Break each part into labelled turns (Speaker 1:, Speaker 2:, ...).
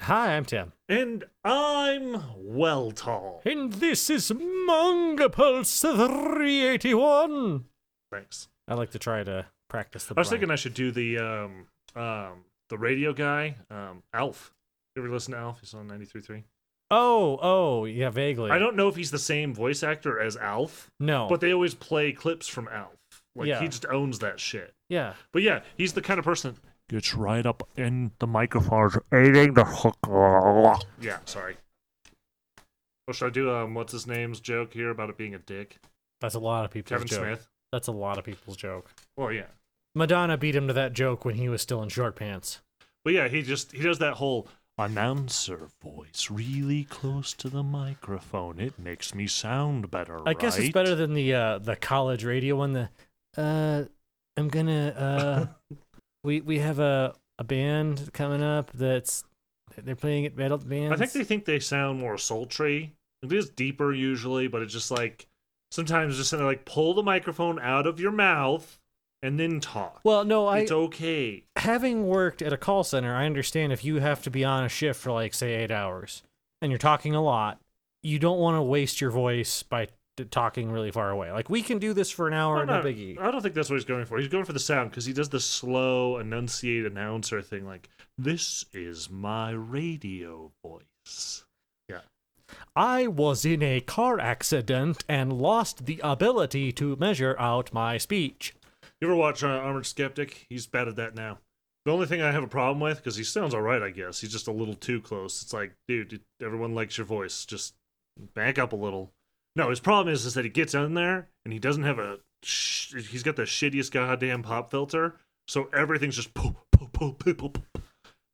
Speaker 1: Hi, I'm Tim.
Speaker 2: And I'm well tall.
Speaker 1: And this is Manga Pulse 381.
Speaker 2: Thanks.
Speaker 1: I like to try to practice the
Speaker 2: I was
Speaker 1: blind.
Speaker 2: thinking I should do the um um the radio guy, um Alf. You ever listen to Alf? He's on 93.3.
Speaker 1: Oh, oh, yeah, vaguely.
Speaker 2: I don't know if he's the same voice actor as Alf,
Speaker 1: No.
Speaker 2: but they always play clips from Alf. Like
Speaker 1: Oh. Yeah.
Speaker 2: he just owns that shit.
Speaker 1: yeah.
Speaker 2: But yeah, he's the kind of person that gets right up in the microphone, eating the hook. Yeah, sorry. Or should I do um what's his name's joke here about it being a dick?
Speaker 1: That's a lot of people's
Speaker 2: Kevin
Speaker 1: joke.
Speaker 2: Smith.
Speaker 1: That's a lot of people's joke.
Speaker 2: Well, yeah.
Speaker 1: Madonna beat him to that joke when he was still in short pants.
Speaker 2: But yeah, he just he does that whole announcer voice really close to the microphone. It makes me sound better.
Speaker 1: I guess it's
Speaker 2: right?"
Speaker 1: better than the uh, the college radio one. The uh, I'm gonna uh, we we have a a band coming up that's they're playing at metal bands.
Speaker 2: I think they think they sound more sultry. It is deeper usually, but it's just like sometimes just something like pull the microphone out of your mouth and then talk.
Speaker 1: Well, no, I
Speaker 2: it's okay.
Speaker 1: having worked at a call center, I understand if you have to be on a shift for like say eight hours and you're talking a lot, you don't want to waste your voice by t- talking really far away. Like we can do this for an hour,
Speaker 2: I'm
Speaker 1: no
Speaker 2: not-
Speaker 1: biggie.
Speaker 2: I don't think that's what he's going for. He's going for the sound because he does the slow enunciate announcer thing, like "This is my radio voice."
Speaker 1: I was in a car accident and lost the ability to measure out my speech.
Speaker 2: You ever watch uh, Armored Skeptic? He's bad at that now. The only thing I have a problem with, because he sounds all right, I guess. He's just a little too close. It's like, dude, it- everyone likes your voice. Just back up a little. No, his problem is, is that he gets in there and he doesn't have a. Sh- he's got the shittiest goddamn pop filter, so everything's just poop, poop, poop, poop, poop. poop.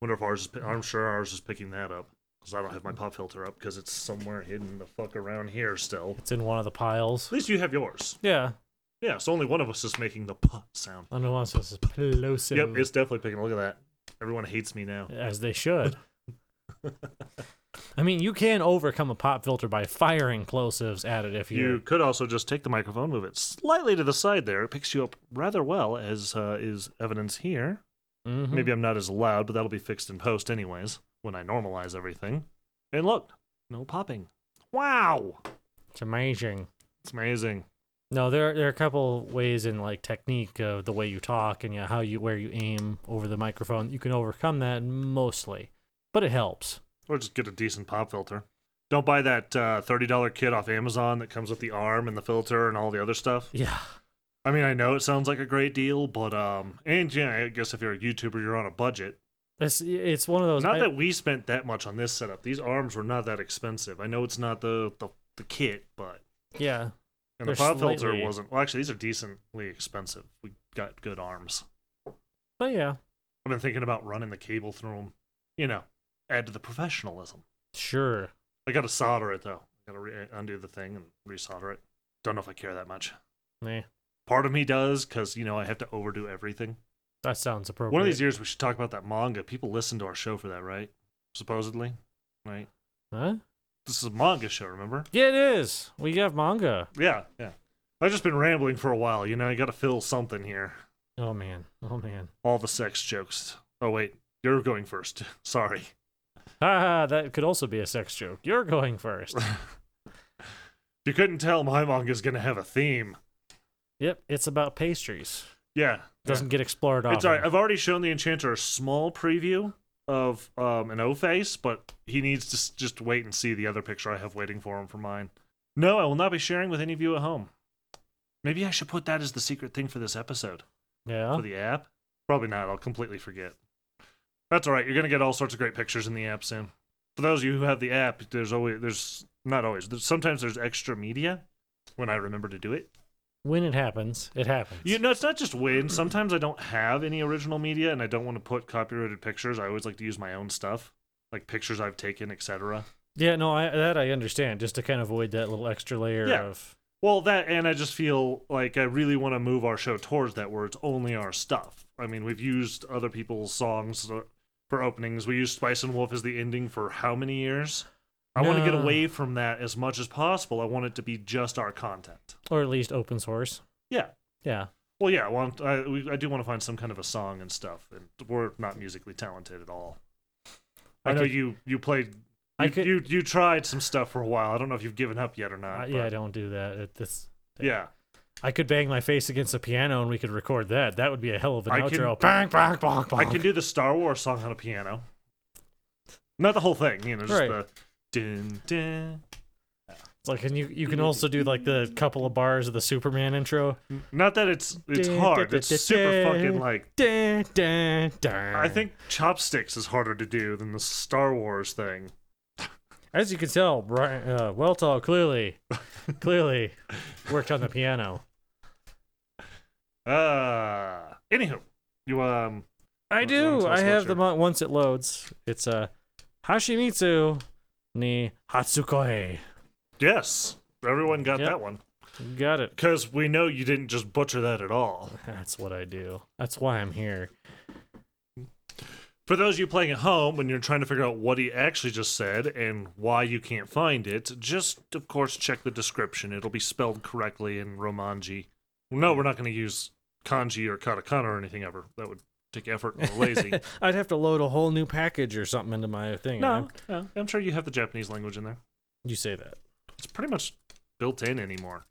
Speaker 2: Wonder if ours is. pi- I'm sure ours is picking that up because I don't have my pop filter up because it's somewhere hidden the fuck around here still.
Speaker 1: It's in one of the piles.
Speaker 2: At least you have yours.
Speaker 1: Yeah,
Speaker 2: Yeah, so only one of us is making the p sound.
Speaker 1: I know I'm supposed to plosive,
Speaker 2: Yep, it's definitely picking. Look at that. Everyone hates me now.
Speaker 1: as they should. I mean, you can overcome a pop filter by firing plosives at it if
Speaker 2: You
Speaker 1: you.
Speaker 2: could also just take the microphone, move it slightly to the side there. It picks you up rather well, as uh, is evidence here.
Speaker 1: Mhm.
Speaker 2: Maybe I'm not as loud, but that'll be fixed in post, anyways, when I normalize everything. And look, no popping. Wow!
Speaker 1: It's amazing.
Speaker 2: It's amazing.
Speaker 1: No, there there are a couple ways in like technique of the way you talk and yeah, how you where you aim over the microphone. You can overcome that mostly, but it helps.
Speaker 2: Or just get a decent pop filter. Don't buy that uh, $30 kit off Amazon that comes with the arm and the filter and all the other stuff.
Speaker 1: Yeah.
Speaker 2: I mean, I know it sounds like a great deal, but, um, and yeah, I guess if you're a YouTuber, you're on a budget.
Speaker 1: It's it's one of those.
Speaker 2: Not
Speaker 1: I-
Speaker 2: that we spent that much on this setup. These arms were not that expensive. I know it's not the the, the kit, but
Speaker 1: yeah.
Speaker 2: and the
Speaker 1: They're
Speaker 2: pop filter
Speaker 1: slightly-
Speaker 2: wasn't. Well, actually, these are decently expensive. We got good arms.
Speaker 1: But yeah,
Speaker 2: I've been thinking about running the cable through them. You know, add to the professionalism.
Speaker 1: sure.
Speaker 2: I got to solder it though. I got to re- uh, undo the thing and resolder it. Don't know if I care that much.
Speaker 1: Meh.
Speaker 2: Part of me does because you know I have to overdo everything.
Speaker 1: That sounds appropriate.
Speaker 2: One of these years we should talk about that manga. People listen to our show for that, right? Supposedly, right?
Speaker 1: Huh?
Speaker 2: This is a manga show, remember?
Speaker 1: Yeah, it is. We have manga.
Speaker 2: Yeah, yeah. I've just been rambling for a while, you know, I gotta fill something here.
Speaker 1: Oh man. Oh man.
Speaker 2: All the sex jokes. Oh wait, you're going first. Sorry.
Speaker 1: Ha ha. That could also be a sex joke. You're going first.
Speaker 2: You couldn't tell my manga's gonna have a theme.
Speaker 1: yep. It's about pastries.
Speaker 2: Yeah.
Speaker 1: Doesn't get explored
Speaker 2: yeah.
Speaker 1: often.
Speaker 2: It's alright. I've already shown the enchanter a small preview of um an O face, but he needs to s- just wait and see the other picture I have waiting for him for mine. No, I will not be sharing with any of you at home. Maybe I should put that as the secret thing for this episode.
Speaker 1: Yeah.
Speaker 2: for the app? Probably not. I'll completely forget. That's all right. You're gonna get all sorts of great pictures in the app soon. For those of you who have the app, there's always there's not always. There's, sometimes there's extra media when I remember to do it.
Speaker 1: When it happens, it happens.
Speaker 2: You know, it's not just when. Sometimes I don't have any original media and I don't want to put copyrighted pictures. I always like to use my own stuff, like pictures I've taken, etc.
Speaker 1: Yeah, no, I, that I understand. Just to kind of avoid that little extra layer
Speaker 2: Yeah.
Speaker 1: of
Speaker 2: Well, that and I just feel like I really want to move our show towards that where it's only our stuff. I mean, we've used other people's songs uh, for openings. We used Spice and Wolf as the ending for how many years? I want to get
Speaker 1: No.
Speaker 2: away from that as much as possible. I want it to be just our content.
Speaker 1: or at least open source.
Speaker 2: Yeah.
Speaker 1: Yeah.
Speaker 2: Well, yeah. I want. I, we, I do want to find some kind of a song and stuff, and we're not musically talented at all. I,
Speaker 1: I
Speaker 2: know
Speaker 1: could-
Speaker 2: you you played. You,
Speaker 1: I could-
Speaker 2: you you tried some stuff for a while. I don't know if you've given up yet or not.
Speaker 1: I, yeah, I
Speaker 2: Uh, but-
Speaker 1: don't do that. It, this,
Speaker 2: yeah.
Speaker 1: I could bang my face against a piano and we could record that. That would be a hell of an
Speaker 2: I can-
Speaker 1: outro. bang, bang, bang, bang.
Speaker 2: I can do the Star Wars song on a piano. Not the whole thing, you know, just
Speaker 1: Right.
Speaker 2: the dun, dun.
Speaker 1: It's like, and you you can also do like the couple of bars of the Superman intro.
Speaker 2: Not that it's it's
Speaker 1: Dun,
Speaker 2: hard.
Speaker 1: dun,
Speaker 2: It's
Speaker 1: dun,
Speaker 2: super
Speaker 1: dun.
Speaker 2: fucking like
Speaker 1: Dun, dun, dun.
Speaker 2: I think chopsticks is harder to do than the Star Wars thing.
Speaker 1: as you can tell, Brian uh, Weltall clearly, clearly worked on the piano.
Speaker 2: Uh anywho. You um
Speaker 1: I
Speaker 2: Wh- what's-
Speaker 1: do. I
Speaker 2: what's
Speaker 1: have the
Speaker 2: your-
Speaker 1: mo- once it loads. It's uh, Hashimitsu ni Hatsukoi.
Speaker 2: yes. Everyone got
Speaker 1: Yep.
Speaker 2: that one.
Speaker 1: Got it.
Speaker 2: Because we know you didn't just butcher that at all.
Speaker 1: That's what I do. That's why I'm here.
Speaker 2: For those of you playing at home, when you're trying to figure out what he actually just said and why you can't find it, just, of course, check the description. It'll be spelled correctly in Romanji. No, we're not going to use kanji or katakana or anything ever. That would take effort and we're lazy.
Speaker 1: I'd have to load a whole new package or something into my thing. and
Speaker 2: no,
Speaker 1: I'm-
Speaker 2: no, I'm sure you have the Japanese language in there.
Speaker 1: you say that.
Speaker 2: It's pretty much built in anymore.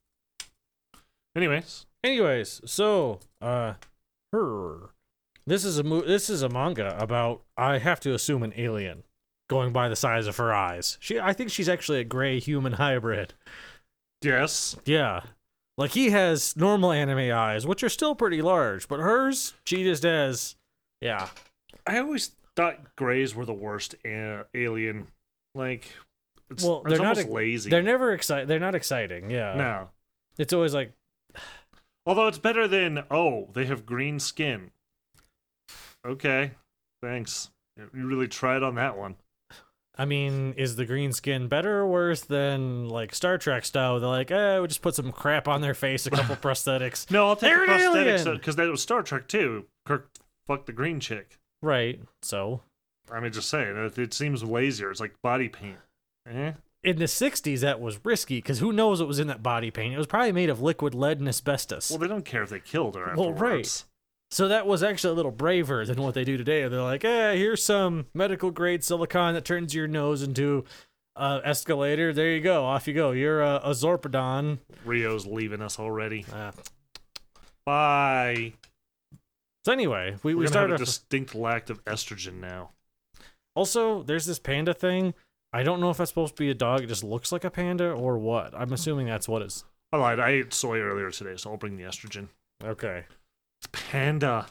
Speaker 2: Anyways,
Speaker 1: Anyways, so uh, her. This is a mo- this is a manga about I have to assume an alien, going by the size of her eyes. She I think she's actually a gray human hybrid.
Speaker 2: yes,
Speaker 1: Yeah, like he has normal anime eyes, which are still pretty large, but hers she just has. Yeah,
Speaker 2: I always thought grays were the worst a- alien. Like, it's,
Speaker 1: Well,
Speaker 2: it's
Speaker 1: they're not
Speaker 2: almost
Speaker 1: ex-
Speaker 2: lazy.
Speaker 1: they're never exciting. They're not exciting. Yeah,
Speaker 2: no.
Speaker 1: it's always like
Speaker 2: Although it's better than oh, they have green skin. Okay, thanks. You really tried on that one.
Speaker 1: I mean, is the green skin better or worse than like Star Trek style? They're like, eh, we just put some crap on their face, a couple prosthetics.
Speaker 2: No, I'll take
Speaker 1: They're
Speaker 2: the
Speaker 1: an
Speaker 2: prosthetics
Speaker 1: alien!
Speaker 2: because that was Star Trek too. Kirk fucked the green chick.
Speaker 1: Right. So
Speaker 2: I mean, just saying, it, it seems lazier. It's like body paint. Eh?
Speaker 1: in the 60s, that was risky because who knows what was in that body paint? It was probably made of liquid lead and asbestos.
Speaker 2: Well, they don't care if they killed her.
Speaker 1: Well, right.
Speaker 2: afterwards.
Speaker 1: so that was actually a little braver than what they do today. They're like, eh, here's some medical grade silicone that turns your nose into uh, escalator. There you go. Off you go. You're a, a Zorpidon.
Speaker 2: Rio's leaving us already.
Speaker 1: Uh,
Speaker 2: Bye.
Speaker 1: so anyway, we,
Speaker 2: We're
Speaker 1: we
Speaker 2: gonna have
Speaker 1: started
Speaker 2: a
Speaker 1: off-
Speaker 2: distinct lack of estrogen now.
Speaker 1: Also, there's this panda thing. I don't know if that's supposed to be a dog. It just looks like a panda or what. I'm assuming that's what it's.
Speaker 2: I lied. I ate soy earlier today, so I'll bring the estrogen.
Speaker 1: Okay.
Speaker 2: It's panda.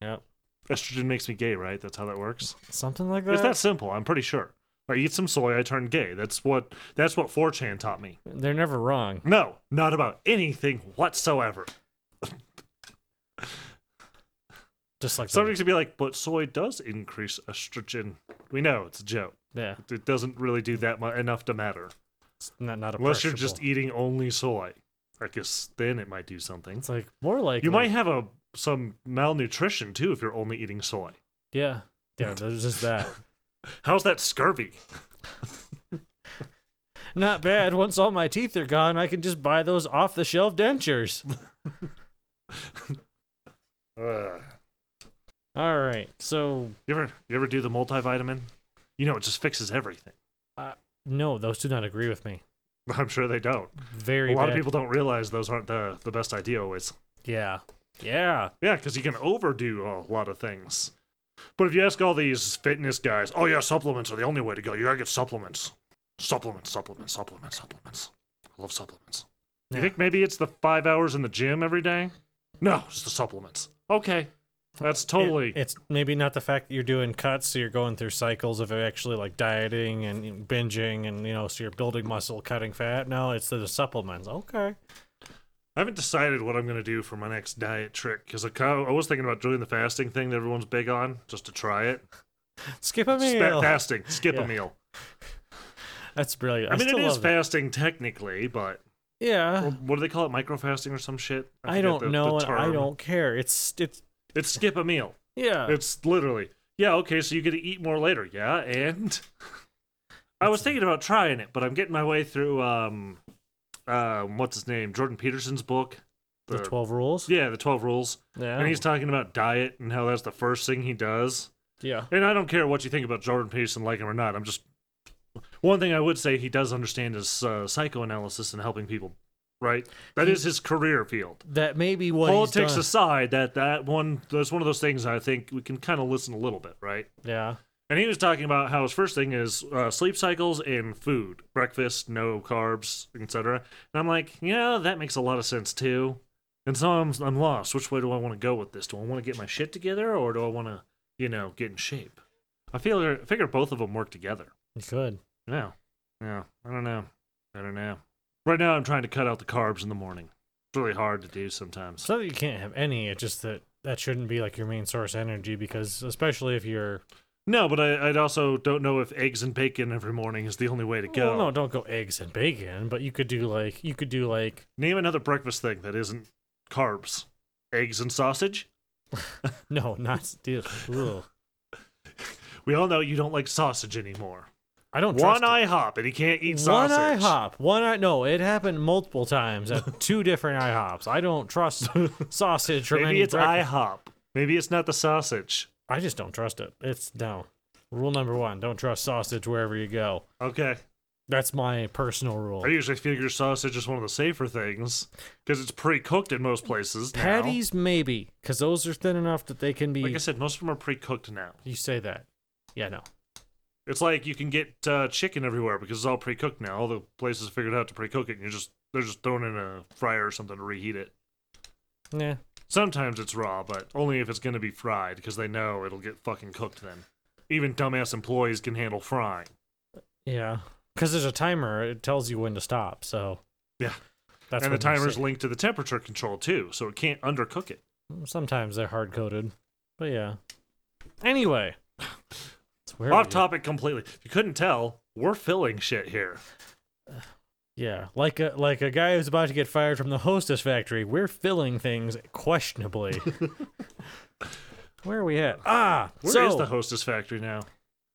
Speaker 1: Yep.
Speaker 2: Estrogen makes me gay, right? That's how that works.
Speaker 1: Something like
Speaker 2: It's
Speaker 1: that.
Speaker 2: that simple. I'm pretty sure. I eat some soy, I turn gay. That's what that's what 4chan taught me.
Speaker 1: They're never wrong.
Speaker 2: No, not about anything whatsoever.
Speaker 1: Just like the-
Speaker 2: Somebody could be like, but soy does increase estrogen. We know it's a joke.
Speaker 1: yeah,
Speaker 2: It doesn't really do that much, enough to matter,
Speaker 1: it's not not a.
Speaker 2: unless you're just
Speaker 1: perishable.
Speaker 2: eating only soy. I guess then it might do something.
Speaker 1: It's like more like
Speaker 2: You might have a some malnutrition too if you're only eating soy.
Speaker 1: Yeah. Yeah. There's just that.
Speaker 2: How's that scurvy?
Speaker 1: not bad. Once all my teeth are gone, I can just buy those off the shelf dentures.
Speaker 2: Ugh.
Speaker 1: All right. So
Speaker 2: You ever you ever do the multivitamin? You know it just fixes everything.
Speaker 1: no, those do not agree with me.
Speaker 2: I'm sure they don't.
Speaker 1: Very.
Speaker 2: a lot of
Speaker 1: bad.
Speaker 2: people don't realize those aren't the, the best idea always.
Speaker 1: Yeah. Yeah.
Speaker 2: Yeah, because you can overdo a lot of things. But if you ask all these fitness guys, oh yeah, supplements are the only way to go. You gotta get supplements. Supplements, supplements, supplements, supplements. I love supplements. You
Speaker 1: Yeah.
Speaker 2: think maybe it's the five hours in the gym every day? No, it's the supplements. Okay. That's totally
Speaker 1: It- it's maybe not the fact that you're doing cuts, so you're going through cycles of actually like dieting and you know, binging, and you know, so you're building muscle, cutting fat. No, it's the supplements. Okay.
Speaker 2: I haven't decided what I'm gonna do for my next diet trick because I, ca- I was thinking about doing the fasting thing that everyone's big on just to try it.
Speaker 1: Skip a
Speaker 2: Spa-
Speaker 1: meal.
Speaker 2: fasting, skip
Speaker 1: Yeah.
Speaker 2: a meal.
Speaker 1: That's brilliant.
Speaker 2: I mean,
Speaker 1: still
Speaker 2: it is
Speaker 1: love that.
Speaker 2: fasting technically, but
Speaker 1: Yeah.
Speaker 2: Well, what do they call it? Micro fasting or some shit?
Speaker 1: I,
Speaker 2: forget
Speaker 1: don't
Speaker 2: the- the
Speaker 1: know. and I
Speaker 2: term.
Speaker 1: don't Uh. care. It's it's
Speaker 2: It's skip a meal.
Speaker 1: yeah.
Speaker 2: It's literally yeah. Okay, so you get to eat more later. Yeah, and I
Speaker 1: uh,
Speaker 2: was thinking about trying it, but I'm getting my way through um, um, what's his name? Jordan Peterson's book.
Speaker 1: the, twelve Oh. rules.
Speaker 2: Yeah, the twelve rules,
Speaker 1: Yeah.
Speaker 2: and he's talking about diet and how that's the first thing he does.
Speaker 1: Yeah.
Speaker 2: And I don't care what you think about Jordan Peterson, like him or not. I'm just one thing I would say he does understand is uh, psychoanalysis and helping people. Right, that
Speaker 1: He-
Speaker 2: is his career field.
Speaker 1: That may be what he's
Speaker 2: Politics
Speaker 1: done.
Speaker 2: aside, that that one that's one of those things I think we can kind of listen a little bit, right?
Speaker 1: yeah.
Speaker 2: And he was talking about how his first thing is uh, sleep cycles and food, breakfast, no carbs, etc. And I'm like, yeah, that makes a lot of sense too. And so I'm I'm lost. Which way do I want to go with this? Do I want to get my shit together, or do I want to, you know, get in shape? I feel I figure both of them work together.
Speaker 1: He could.
Speaker 2: No, no, I don't know. I don't know. Right now, I'm trying to cut out the carbs in the morning. It's really hard to do sometimes.
Speaker 1: It's not that you can't have any. It's just that that shouldn't be like your main source of energy because, especially if you're.
Speaker 2: No, but I, I also don't know if eggs and bacon every morning is the only way to go.
Speaker 1: Well, Oh, no, don't go eggs and bacon, but you could do like you could do like
Speaker 2: Name another breakfast thing that isn't carbs, eggs, and sausage.
Speaker 1: no, not steel. Ugh.
Speaker 2: We all know you don't like sausage anymore.
Speaker 1: I don't trust
Speaker 2: One
Speaker 1: it.
Speaker 2: IHOP, and he can't eat
Speaker 1: One
Speaker 2: sausage.
Speaker 1: IHOP, one I no, it happened multiple times at two different IHOPs. I don't trust sausage or
Speaker 2: Maybe
Speaker 1: any
Speaker 2: it's
Speaker 1: breakfast.
Speaker 2: IHOP. Maybe it's not the sausage.
Speaker 1: I just don't trust it. It's no. Rule number one: don't trust sausage wherever you go.
Speaker 2: Okay.
Speaker 1: That's my personal rule.
Speaker 2: I usually figure sausage is one of the safer things because it's pre-cooked in most places. now.
Speaker 1: Patties, maybe, because those are thin enough that they can be.
Speaker 2: like I said, most of them are pre-cooked now.
Speaker 1: you say that? Yeah, no.
Speaker 2: It's like you can get uh, chicken everywhere because it's all pre-cooked now. All the places figured out how to pre-cook it, and you're just they're just throwing it in a fryer or something to reheat it.
Speaker 1: Yeah.
Speaker 2: Sometimes it's raw, but only if it's going to be fried because they know it'll get fucking cooked then. Even dumbass employees can handle frying.
Speaker 1: Yeah. Because there's a timer. It tells you when to stop. So.
Speaker 2: Yeah.
Speaker 1: That's
Speaker 2: and the
Speaker 1: what they
Speaker 2: timer's
Speaker 1: say.
Speaker 2: linked to the temperature control too, so it can't undercook it.
Speaker 1: Sometimes they're hard coded, but yeah. Anyway. It's weird.
Speaker 2: Off topic completely. If you couldn't tell, we're filling shit here.
Speaker 1: Yeah, like a like a guy who's about to get fired from the hostess factory. We're filling things questionably. Where are we at? Ah,
Speaker 2: Where is
Speaker 1: so
Speaker 2: the hostess factory now?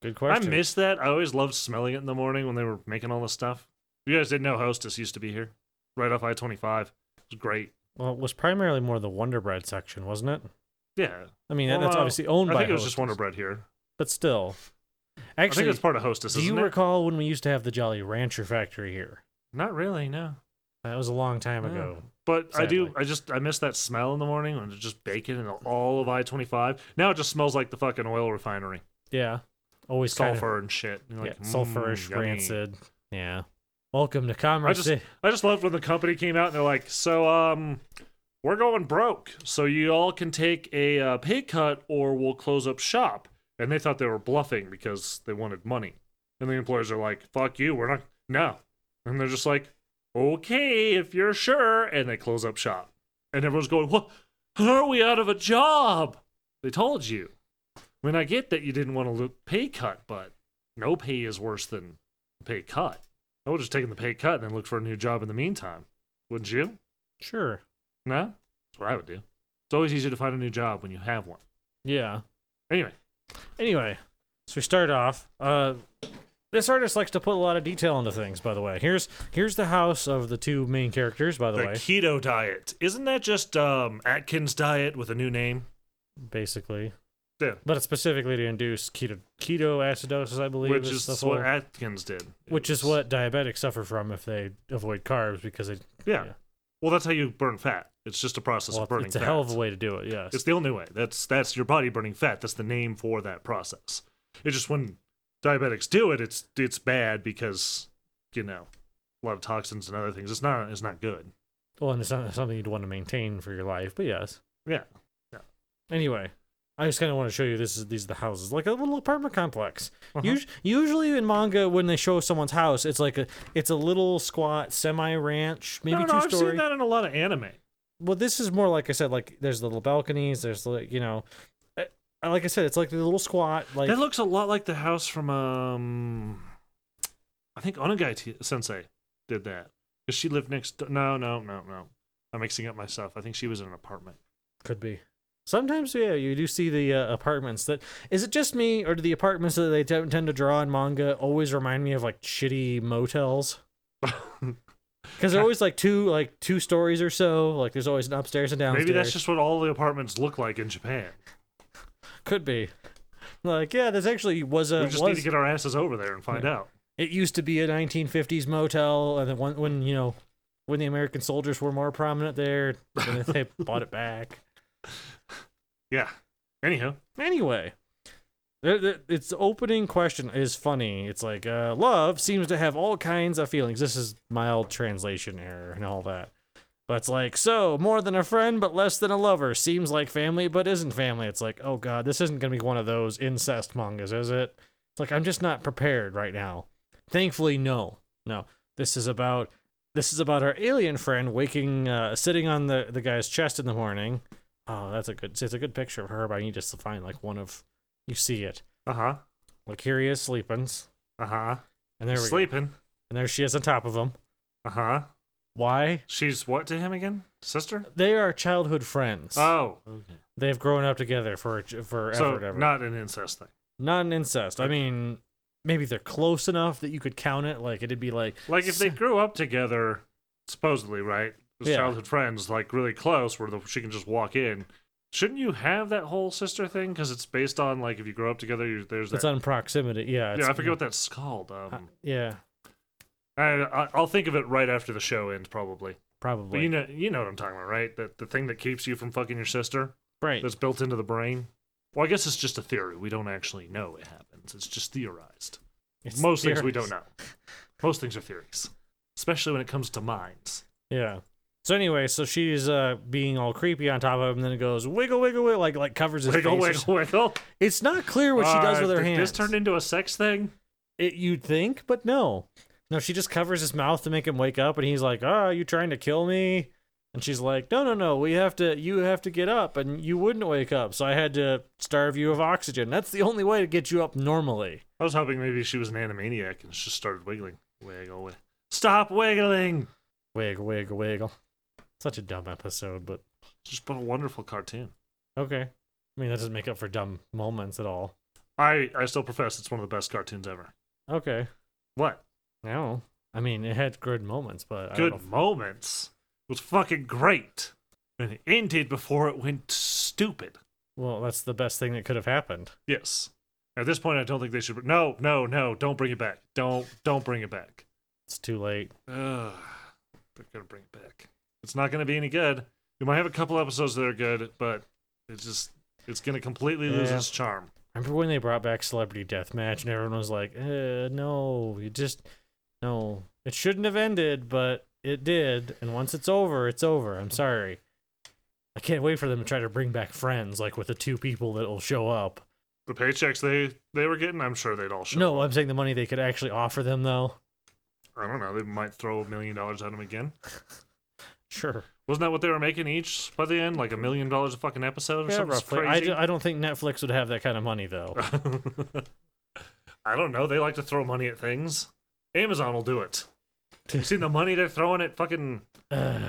Speaker 1: good question.
Speaker 2: I miss that. I always loved smelling it in the morning when they were making all this stuff. You guys didn't know hostess used to be here, right off I twenty five. It was great.
Speaker 1: well, it was primarily more the Wonder Bread section, wasn't it?
Speaker 2: Yeah,
Speaker 1: I mean, that
Speaker 2: Well,
Speaker 1: that's obviously owned
Speaker 2: I
Speaker 1: by.
Speaker 2: think it was just
Speaker 1: Hostess,
Speaker 2: Wonder Bread here.
Speaker 1: but still.
Speaker 2: I
Speaker 1: Actually,
Speaker 2: think it's part of hostess.
Speaker 1: do
Speaker 2: isn't
Speaker 1: you
Speaker 2: it?
Speaker 1: recall when we used to have the Jolly Rancher factory here?
Speaker 2: Not really. No.
Speaker 1: That was a long time
Speaker 2: Yeah.
Speaker 1: ago.
Speaker 2: But I do.
Speaker 1: Sadly.
Speaker 2: I just I miss that smell in the morning when it's just bacon and all of I twenty five. Now it just smells like the fucking oil refinery,
Speaker 1: Yeah, always kind of-
Speaker 2: sulfur and shit. You're like,
Speaker 1: yeah, sulfurish,
Speaker 2: "Mm, yummy."
Speaker 1: rancid. Yeah. Welcome to Commerce. Ci-
Speaker 2: I just loved when the company came out and they're like, "So um, we're going broke. So you all can take a uh, pay cut or we'll close up shop." And they thought they were bluffing because they wanted money. And the employers are like, "Fuck you. We're not no." And they're just like, "Okay, if you're sure." And they close up shop. And everyone's going, "What? How are we out of a job?" They told you. I mean, I get that you didn't want to pay cut, but no pay is worse than pay cut. I would have just taken the pay cut and then looked for a new job in the meantime. Wouldn't you?
Speaker 1: Sure.
Speaker 2: No? That's what I would do. It's always easier to find a new job when you have one.
Speaker 1: Yeah.
Speaker 2: Anyway,
Speaker 1: Anyway, so we start off. Uh, this artist likes to put a lot of detail into things. By the way, here's here's the house of the two main characters. By the,
Speaker 2: the
Speaker 1: way,
Speaker 2: keto diet. Isn't that just um, Atkins diet with a new name?
Speaker 1: basically,
Speaker 2: Yeah.
Speaker 1: but it's specifically to induce keto ketoacidosis, I believe,
Speaker 2: Which
Speaker 1: is
Speaker 2: is
Speaker 1: the
Speaker 2: what
Speaker 1: full-
Speaker 2: Atkins did. It
Speaker 1: which is
Speaker 2: was-
Speaker 1: what diabetics suffer from if they avoid carbs because they
Speaker 2: Yeah.
Speaker 1: yeah.
Speaker 2: Well, that's how you burn fat. It's just a process
Speaker 1: well,
Speaker 2: of burning
Speaker 1: it's a
Speaker 2: fat.
Speaker 1: hell of a way to do it. Yes,
Speaker 2: It's the only way. That's that's your body burning fat. That's the name for that process. It's just when diabetics do it, it's it's bad because you know a lot of toxins and other things. It's not it's not good.
Speaker 1: well, and it's not something you'd want to maintain for your life. But yes,
Speaker 2: Yeah.
Speaker 1: anyway. I just kind of want to show you this is these are the houses like a little apartment complex.
Speaker 2: Uh-huh.
Speaker 1: Us- usually in manga, when they show someone's house, it's like a it's a little squat semi ranch, maybe
Speaker 2: no, no,
Speaker 1: two
Speaker 2: I've
Speaker 1: story.
Speaker 2: seen that in a lot of anime.
Speaker 1: Well, this is more like I said, like there's little balconies, there's like you know, I, I- like I said, it's like the little squat. Like
Speaker 2: that looks a lot like the house from um, I think Onagai T- Sensei did that because she lived next. do- no, no, no, no. I'm mixing up myself. I think she was in an apartment.
Speaker 1: could be. Sometimes, yeah, you do see the uh, apartments. That is it just me, or do the apartments that they t- tend to draw in manga always remind me of like shitty motels? Because they're always like two, like two stories or so. Like there's always an upstairs and downstairs.
Speaker 2: Maybe that's just what all the apartments look like in Japan.
Speaker 1: could be. Like, yeah, this actually was a
Speaker 2: we just
Speaker 1: was,
Speaker 2: need to get our asses over there and find out.
Speaker 1: it used to be a 1950s motel, and then when, when you know when the American soldiers were more prominent there, and then they bought it back.
Speaker 2: Yeah. Anyhow,
Speaker 1: Anyway, th- th- its opening question is funny. It's like uh, love seems to have all kinds of feelings. This is mild translation error and all that. But it's like so more than a friend, but less than a lover. Seems like family, but isn't family. It's like oh god, this isn't gonna be one of those incest mangas, is it? It's like I'm just not prepared right now. Thankfully, no, no. This is about this is about our alien friend waking, uh, sitting on the the guy's chest in the morning. Oh, that's a good. see, It's a good picture of her, but I need just to find like one of you see it.
Speaker 2: uh huh,
Speaker 1: Like here he is sleepings,
Speaker 2: uh huh,
Speaker 1: and there we go.
Speaker 2: sleeping,
Speaker 1: and there she is on top of him.
Speaker 2: uh huh.
Speaker 1: Why?
Speaker 2: She's what to him again? Sister?
Speaker 1: They are childhood friends.
Speaker 2: Oh,
Speaker 1: They've grown up together for for
Speaker 2: so
Speaker 1: ever.
Speaker 2: not an incest thing.
Speaker 1: not an incest. I mean, maybe they're close enough that you could count it. Like it'd be like
Speaker 2: Like if they grew up together, supposedly, right? As
Speaker 1: Yeah.
Speaker 2: childhood friends, like really close, where the, she can just walk in. Shouldn't you have that whole sister thing? Because it's based on like if you grow up together, you, there's
Speaker 1: it's
Speaker 2: that.
Speaker 1: on proximity. Yeah, it's, mm, uh,
Speaker 2: yeah, I forget what that's called. Um,
Speaker 1: Yeah,
Speaker 2: I, I, I'll think of it right after the show ends, probably.
Speaker 1: probably.
Speaker 2: But you know, you know what I'm talking about, right? That the thing that keeps you from fucking your sister
Speaker 1: right.
Speaker 2: that's built into the brain. Well, I guess it's just a theory. We don't actually know it happens. It's just theorized.
Speaker 1: It's
Speaker 2: Most things we
Speaker 1: theories.
Speaker 2: don't know. Most things are theories, especially when it comes to minds.
Speaker 1: Yeah. So anyway, so she's uh being all creepy on top of him, and then it goes wiggle, wiggle, wiggle, like like covers his
Speaker 2: Wiggle,
Speaker 1: face. or
Speaker 2: wiggle, wiggle.
Speaker 1: It's not clear what she does
Speaker 2: Uh,
Speaker 1: with her
Speaker 2: th-
Speaker 1: hands.
Speaker 2: This turned into a sex thing.
Speaker 1: it, you'd think, but no. No, she just covers his mouth to make him wake up, and he's like, "Oh, are you trying to kill me?" And she's like, "No, no, no. We have to. You have to get up, and you wouldn't wake up, so I had to starve you of oxygen. That's the only way to get you up normally."
Speaker 2: I was hoping maybe she was an animaniac and just started wiggling. Wiggle, wiggle. Stop wiggling.
Speaker 1: Wiggle, wiggle, wiggle. Such a dumb episode, but
Speaker 2: Just but a wonderful cartoon.
Speaker 1: okay. I mean, that doesn't make up for dumb moments at all.
Speaker 2: I I still profess it's one of the best cartoons ever.
Speaker 1: Okay.
Speaker 2: What?
Speaker 1: No. I mean, it had good moments, but I don't know
Speaker 2: Good moments. It was fucking great. And it ended before it went stupid.
Speaker 1: Well, that's the best thing that could have happened.
Speaker 2: Yes. At this point, I don't think they should. No, no, no! Don't bring it back. Don't, don't bring it back.
Speaker 1: It's too late.
Speaker 2: Ugh, they're gonna bring it back. It's not gonna be any good. We might have a couple episodes that are good, but it's just it's gonna completely lose
Speaker 1: Yeah.
Speaker 2: its charm.
Speaker 1: Remember when they brought back Celebrity Deathmatch and everyone was like, eh, no, you just, no. It shouldn't have ended, but it did. And once it's over, it's over. I'm sorry. I can't wait for them to try to bring back friends, like with the two people that'll show up.
Speaker 2: The paychecks they they were getting, I'm sure they'd all show.
Speaker 1: No, I'm saying the money they could actually offer them, though.
Speaker 2: I don't know. They might throw a million dollars at them again.
Speaker 1: Sure.
Speaker 2: Wasn't that what they were making each by the end? Like a million dollars a fucking episode or
Speaker 1: Yeah,
Speaker 2: something
Speaker 1: roughly. I,
Speaker 2: crazy.
Speaker 1: d- I don't think Netflix would have that kind of money, though.
Speaker 2: I don't know. They like to throw money at things. Amazon will do it. You seen the money they're throwing at fucking
Speaker 1: Ugh.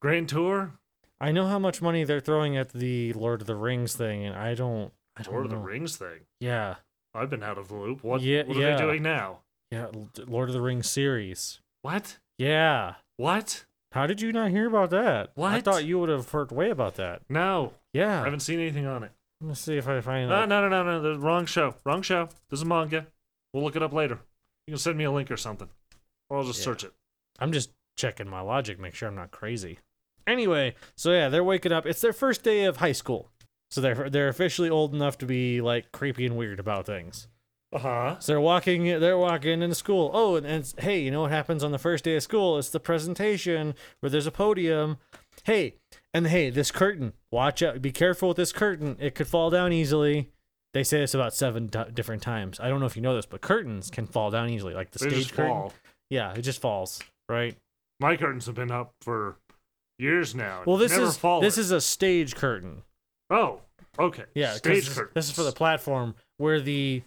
Speaker 2: Grand Tour?
Speaker 1: I know how much money they're throwing at the Lord of the Rings thing, and I don't. I don't
Speaker 2: Lord of the
Speaker 1: know.
Speaker 2: Rings thing.
Speaker 1: Yeah,
Speaker 2: I've been out of the loop. What,
Speaker 1: Yeah,
Speaker 2: what are
Speaker 1: yeah.
Speaker 2: they doing now?
Speaker 1: yeah, L- Lord of the Rings series.
Speaker 2: What?
Speaker 1: Yeah.
Speaker 2: What?
Speaker 1: How did you not hear about that? I
Speaker 2: What?
Speaker 1: thought you would have heard way about that.
Speaker 2: No,
Speaker 1: Yeah.
Speaker 2: I haven't seen anything on it.
Speaker 1: Let me see if I find.
Speaker 2: No,
Speaker 1: out.
Speaker 2: no, no, no, no. The wrong show. Wrong show. This is manga. We'll look it up later. You can send me a link or something. Or I'll just
Speaker 1: Yeah.
Speaker 2: search it.
Speaker 1: I'm just checking my logic, make sure I'm not crazy. Anyway, so yeah, they're waking up. It's their first day of high school, so they're they're officially old enough to be like creepy and weird about things.
Speaker 2: Uh huh.
Speaker 1: So they're walking, they're walking into school. Oh, and, and it's- hey, you know what happens on the first day of school? It's the presentation where there's a podium. Hey, and hey, this curtain. Watch out! Be careful with this curtain. It could fall down easily. They say this about seven t- different times. I don't know if you know this, but curtains can fall down easily, like the
Speaker 2: They
Speaker 1: stage
Speaker 2: just
Speaker 1: curtain.
Speaker 2: fall.
Speaker 1: Yeah, it just falls, right?
Speaker 2: My curtains have been up for years now. and
Speaker 1: Well, this
Speaker 2: Uh, never
Speaker 1: is
Speaker 2: fallen.
Speaker 1: this is a stage curtain.
Speaker 2: Oh, okay.
Speaker 1: Yeah, 'cause
Speaker 2: stage
Speaker 1: this,
Speaker 2: curtains.
Speaker 1: this is for the platform where the.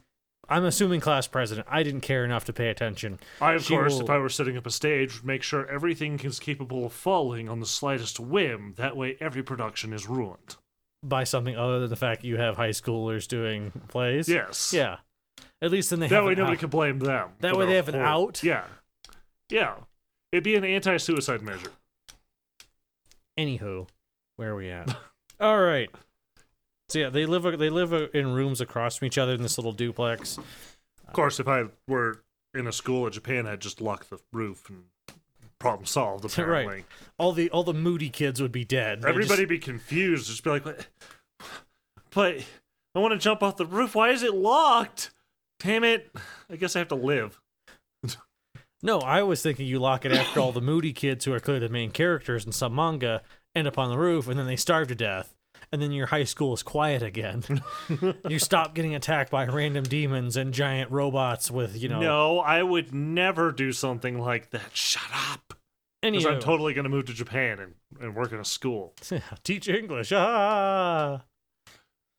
Speaker 1: I'm assuming class president. I didn't care enough to pay attention.
Speaker 2: I, of
Speaker 1: She
Speaker 2: course,
Speaker 1: will-
Speaker 2: if I were setting up a stage, would make sure everything is capable of falling on the slightest whim. That way, every production is ruined.
Speaker 1: by something other than the fact that you have high schoolers doing plays.
Speaker 2: Yes.
Speaker 1: Yeah. At least then they
Speaker 2: That
Speaker 1: have
Speaker 2: way,
Speaker 1: an
Speaker 2: nobody
Speaker 1: out.
Speaker 2: can blame them.
Speaker 1: That
Speaker 2: for
Speaker 1: way they
Speaker 2: their
Speaker 1: have an
Speaker 2: horrible-
Speaker 1: out?
Speaker 2: Yeah. Yeah. It'd be an anti suicide measure.
Speaker 1: Anywho, where are we at? All right. So yeah, they live they live uh, in rooms across from each other in this little duplex.
Speaker 2: Of course, if I were in a school in Japan, I'd just lock the roof and problem solved. Apparently,
Speaker 1: All the all the moody kids would be dead. They
Speaker 2: everybody be confused. Just be like, "What? but I want to jump off the roof. Why is it locked? Damn it! I guess I have to live.
Speaker 1: just- no, I was thinking you lock it after all the moody kids who are clearly the main characters in some manga end up on the roof and then they starve to death. And then your high school is quiet again. you stop getting attacked by random demons and giant robots with, you know,
Speaker 2: No, I would never do something like that. Shut up.
Speaker 1: any
Speaker 2: Because I'm totally going to move to Japan and, and work in a school.
Speaker 1: teach English. Ah.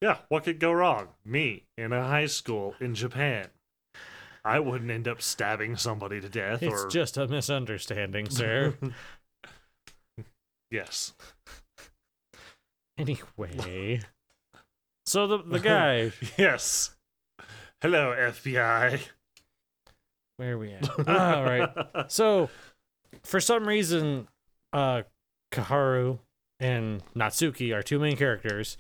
Speaker 2: Yeah, what could go wrong? Me in a high school in Japan. I wouldn't end up stabbing somebody to death
Speaker 1: It's
Speaker 2: or.
Speaker 1: just a misunderstanding, sir.
Speaker 2: yes.
Speaker 1: anyway. So the the guy,
Speaker 2: Yes. Hello, FBI.
Speaker 1: where are we at? All right. So for some reason, uh Kaharu and Natsuki, our two main characters,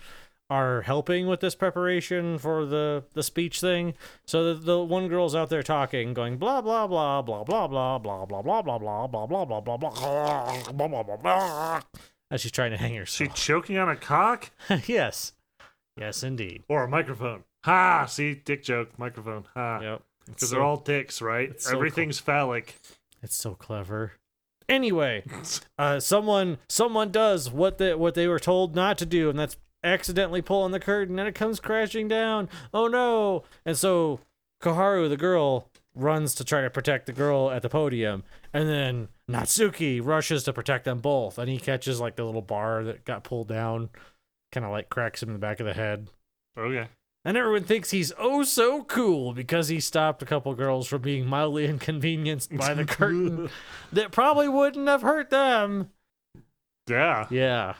Speaker 1: are helping with this preparation for the the speech thing. So the, the one girl's out there talking, going blah blah blah blah blah blah blah blah blah blah blah blah blah blah blah blah blah blah blah blah. As she's trying to hang
Speaker 2: Is she
Speaker 1: herself.
Speaker 2: choking on a cock
Speaker 1: yes. Yes, indeed.
Speaker 2: or a microphone? Ha! See, dick joke, microphone. Ha.
Speaker 1: Yep. It's
Speaker 2: Because
Speaker 1: so-
Speaker 2: they're all dicks, right?
Speaker 1: It's so cool.
Speaker 2: Everything's phallic.
Speaker 1: It's so clever. Anyway, uh, someone someone does what they what they were told not to do, and that's accidentally pulling the curtain, and it comes crashing down. Oh no! And so Koharu, the girl, runs to try to protect the girl at the podium, and then Natsuki rushes to protect them both, and he catches like the little bar that got pulled down, kind of like cracks him in the back of the head.
Speaker 2: Okay.
Speaker 1: And everyone thinks he's oh so cool because he stopped a couple girls from being mildly inconvenienced by the curtain that probably wouldn't have hurt them.
Speaker 2: Yeah.
Speaker 1: Yeah.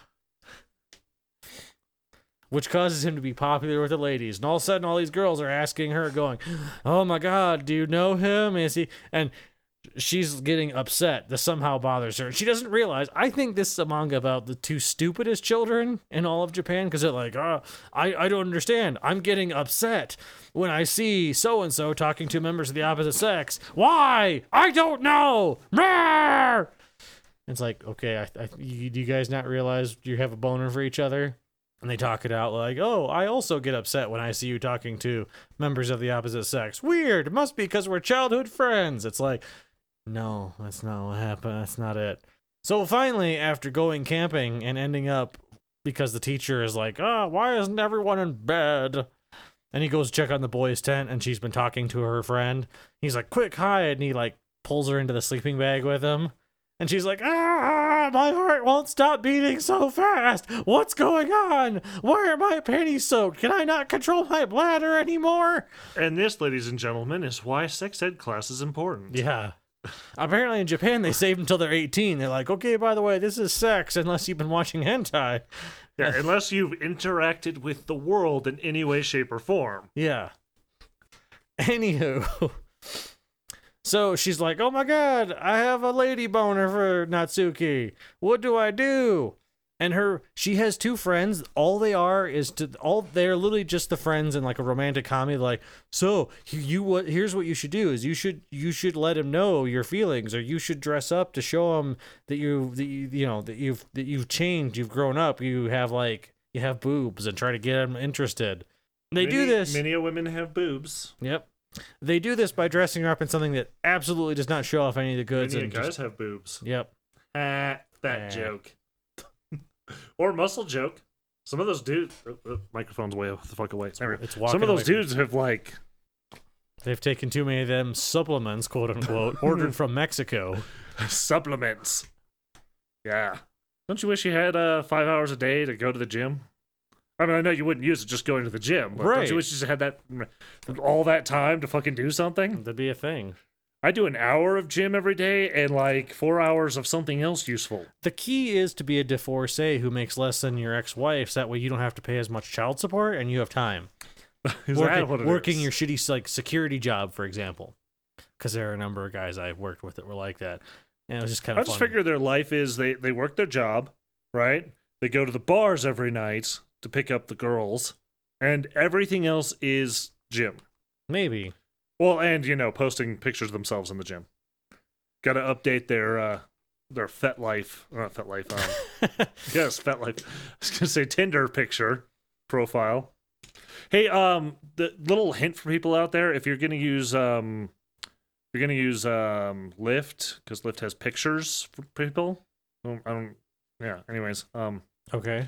Speaker 1: Which causes him to be popular with the ladies. And all of a sudden, all these girls are asking her, going, Oh my God, do you know him? Is he? And she's getting upset. This somehow bothers her. She doesn't realize. I think this is a manga about the two stupidest children in all of Japan because they're like, oh, I, I don't understand. I'm getting upset when I see so and so talking to members of the opposite sex. Why? I don't know. Rawr! It's like, okay, I, I, you, do you guys not realize you have a boner for each other? And they talk it out like, oh, I also get upset when I see you talking to members of the opposite sex. Weird. Must be because we're childhood friends. It's like, no, that's not what happened. That's not it. So finally, after going camping and ending up because the teacher is like, ah, why isn't everyone in bed? And he goes to check on the boy's tent and she's been talking to her friend. He's like, quick, hide. And he like pulls her into the sleeping bag with him. And she's like, ah, my heart won't stop beating so fast. What's going on? Why are my panties soaked? Can I not control my bladder anymore?
Speaker 2: And this, ladies and gentlemen, is why sex ed class is important.
Speaker 1: Yeah. Apparently in Japan they save until they're 18. They're like, okay, by the way, this is sex unless you've been watching hentai.
Speaker 2: Yeah, unless you've interacted with the world in any way, shape, or form.
Speaker 1: Yeah. Anywho. So she's like, oh my god, I have a lady boner for Natsuki. What do I do? And her, she has two friends. All they are is to all they're literally just the friends in like a romantic comedy. Like, so you, you what? Here's what you should do: is you should you should let him know your feelings, or you should dress up to show him that you that you, you know that you've that you've changed, you've grown up, you have like you have boobs, and try to get him interested. They do
Speaker 2: Many-
Speaker 1: this.
Speaker 2: Many a women have boobs.
Speaker 1: Yep. They do this by dressing her up in something that absolutely does not show off any of the goods.
Speaker 2: many a
Speaker 1: and
Speaker 2: guys
Speaker 1: just-
Speaker 2: have boobs.
Speaker 1: yep.
Speaker 2: Ah, that
Speaker 1: Ah.
Speaker 2: joke. or muscle joke. Some of those dudes. oh, oh, microphone's way off the fuck away. There we go.
Speaker 1: It's walking
Speaker 2: Some of those
Speaker 1: away from-
Speaker 2: dudes have like.
Speaker 1: They've taken too many of them supplements, quote unquote, ordered from Mexico.
Speaker 2: supplements. Yeah. Don't you wish you had uh, five hours a day to go to the gym? I mean, I know you wouldn't use it just going to the gym, but don't
Speaker 1: Right.
Speaker 2: you wish you just had that mm, all that time to fucking do something?
Speaker 1: That'd be a thing.
Speaker 2: I do an hour of gym every day and like four hours of something else useful.
Speaker 1: The key is to be a divorcee who makes less than your ex-wife's. That way, you don't have to pay as much child support, and you have time
Speaker 2: Is
Speaker 1: working,
Speaker 2: that what it
Speaker 1: working
Speaker 2: is?
Speaker 1: your shitty like security job, for example. Because there are a number of guys I worked with that were like that, and it was just kind
Speaker 2: I
Speaker 1: of.
Speaker 2: just
Speaker 1: fun.
Speaker 2: figure their life is they they work their job, right? They go to the bars every night. to pick up the girls, and everything else is gym.
Speaker 1: Maybe.
Speaker 2: Well, and you know, posting pictures of themselves in the gym. Got to update their uh their FetLife, or not FetLife. Um, yes, FetLife. I was gonna say Tinder picture profile. Hey, um, the little hint for people out there: if you're gonna use um, you're gonna use um Lyft because Lyft has pictures for people. Um, I don't. Yeah. Anyways, um,
Speaker 1: okay.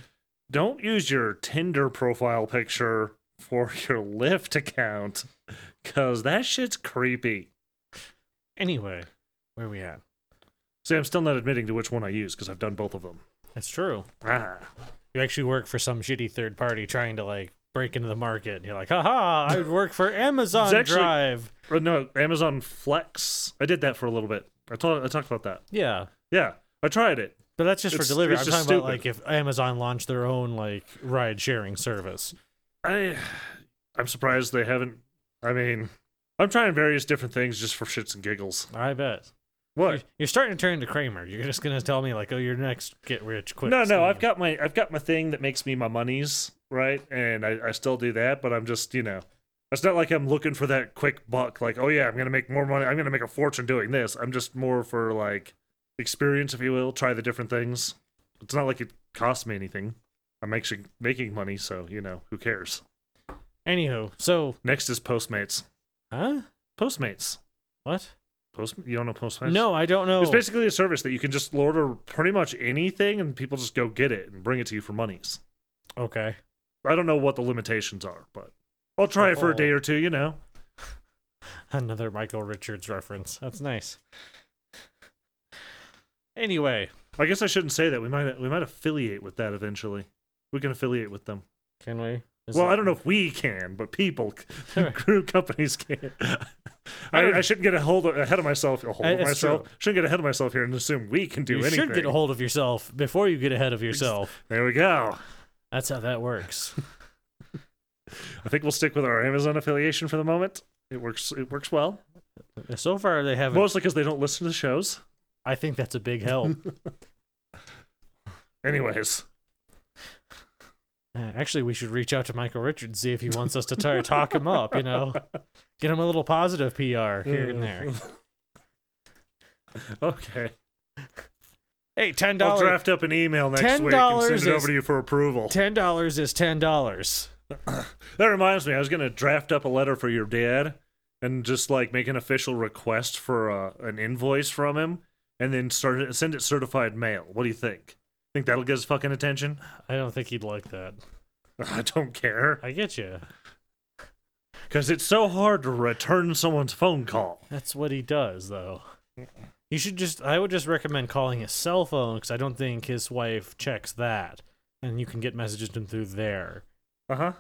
Speaker 2: don't use your Tinder profile picture for your Lyft account because that shit's creepy.
Speaker 1: Anyway, where we at?
Speaker 2: See, I'm still not admitting to which one I use because I've done both of them.
Speaker 1: That's true.
Speaker 2: Ah.
Speaker 1: You actually work for some shitty third party trying to like break into the market. And you're like, haha, I would work for Amazon
Speaker 2: actually-
Speaker 1: Drive.
Speaker 2: Or no, Amazon Flex. I did that for a little bit. I told I talked about that.
Speaker 1: Yeah.
Speaker 2: Yeah, I tried it.
Speaker 1: But that's just
Speaker 2: It's-
Speaker 1: for delivery.
Speaker 2: it's
Speaker 1: I'm talking
Speaker 2: just
Speaker 1: about like if Amazon launched their own like ride sharing service.
Speaker 2: I I'm surprised they haven't. I mean, I'm trying various different things just for shits and giggles.
Speaker 1: I bet. You're,
Speaker 2: What?
Speaker 1: you're starting to turn into Kramer. You're just gonna tell me like, oh, your next get rich quick.
Speaker 2: No, no,
Speaker 1: scheme.
Speaker 2: I've got my I've got my thing that makes me my monies right, and I, I still do that, but I'm just you know, it's not like I'm looking for that quick buck. Like, oh yeah, I'm gonna make more money. I'm gonna make a fortune doing this. I'm just more for like experience, if you will. Try the different things. It's not like it costs me anything. I'm actually making money, so you know who cares.
Speaker 1: Anywho, so
Speaker 2: Next is Postmates.
Speaker 1: huh?
Speaker 2: Postmates.
Speaker 1: What?
Speaker 2: Post. You don't know Postmates?
Speaker 1: No, I don't know.
Speaker 2: It's basically a service that you can just order pretty much anything, and people just go get it and bring it to you for monies.
Speaker 1: okay.
Speaker 2: I don't know what the limitations are, but I'll try it for a day or two, you know.
Speaker 1: Another Michael Richards reference. That's nice. Anyway,
Speaker 2: I guess I shouldn't say that. We might we might affiliate with that eventually. We can affiliate with them.
Speaker 1: can we? Is
Speaker 2: well,
Speaker 1: that-
Speaker 2: I don't know if we can, but people,
Speaker 1: Alright.
Speaker 2: group companies can. I, I shouldn't get a hold of, ahead of myself. A hold of
Speaker 1: It's
Speaker 2: myself.
Speaker 1: true.
Speaker 2: Shouldn't get ahead of myself here and assume we can do
Speaker 1: you
Speaker 2: anything.
Speaker 1: should get a hold of yourself before you get ahead of yourself.
Speaker 2: there we go.
Speaker 1: That's how that works.
Speaker 2: I think we'll stick with our Amazon affiliation for the moment. It works. It works well.
Speaker 1: so far, they haven't.
Speaker 2: Mostly because they don't listen to the shows.
Speaker 1: I think that's a big help.
Speaker 2: Anyways,
Speaker 1: Uh, Actually, we should reach out to Michael Richards see if he wants us to tar- talk him up. You know, get him a little positive PR here and there.
Speaker 2: okay.
Speaker 1: Hey, ten
Speaker 2: I'll
Speaker 1: dollars.
Speaker 2: draft up an email next week and send
Speaker 1: $10
Speaker 2: it
Speaker 1: is-
Speaker 2: over to you for approval.
Speaker 1: Ten dollars is ten dollars.
Speaker 2: that reminds me, I was going to draft up a letter for your dad and just like make an official request for uh, an invoice from him and then start it, send it certified mail. What do you think? Think that'll get his fucking attention?
Speaker 1: I don't think he'd like that.
Speaker 2: I don't care.
Speaker 1: I get you.
Speaker 2: Because it's so hard to return someone's phone call.
Speaker 1: That's what he does, though. You should just. I would just recommend calling his cell phone because I don't think his wife checks that, and you can get messages to him through there.
Speaker 2: Uh
Speaker 1: Uh-huh.
Speaker 2: huh.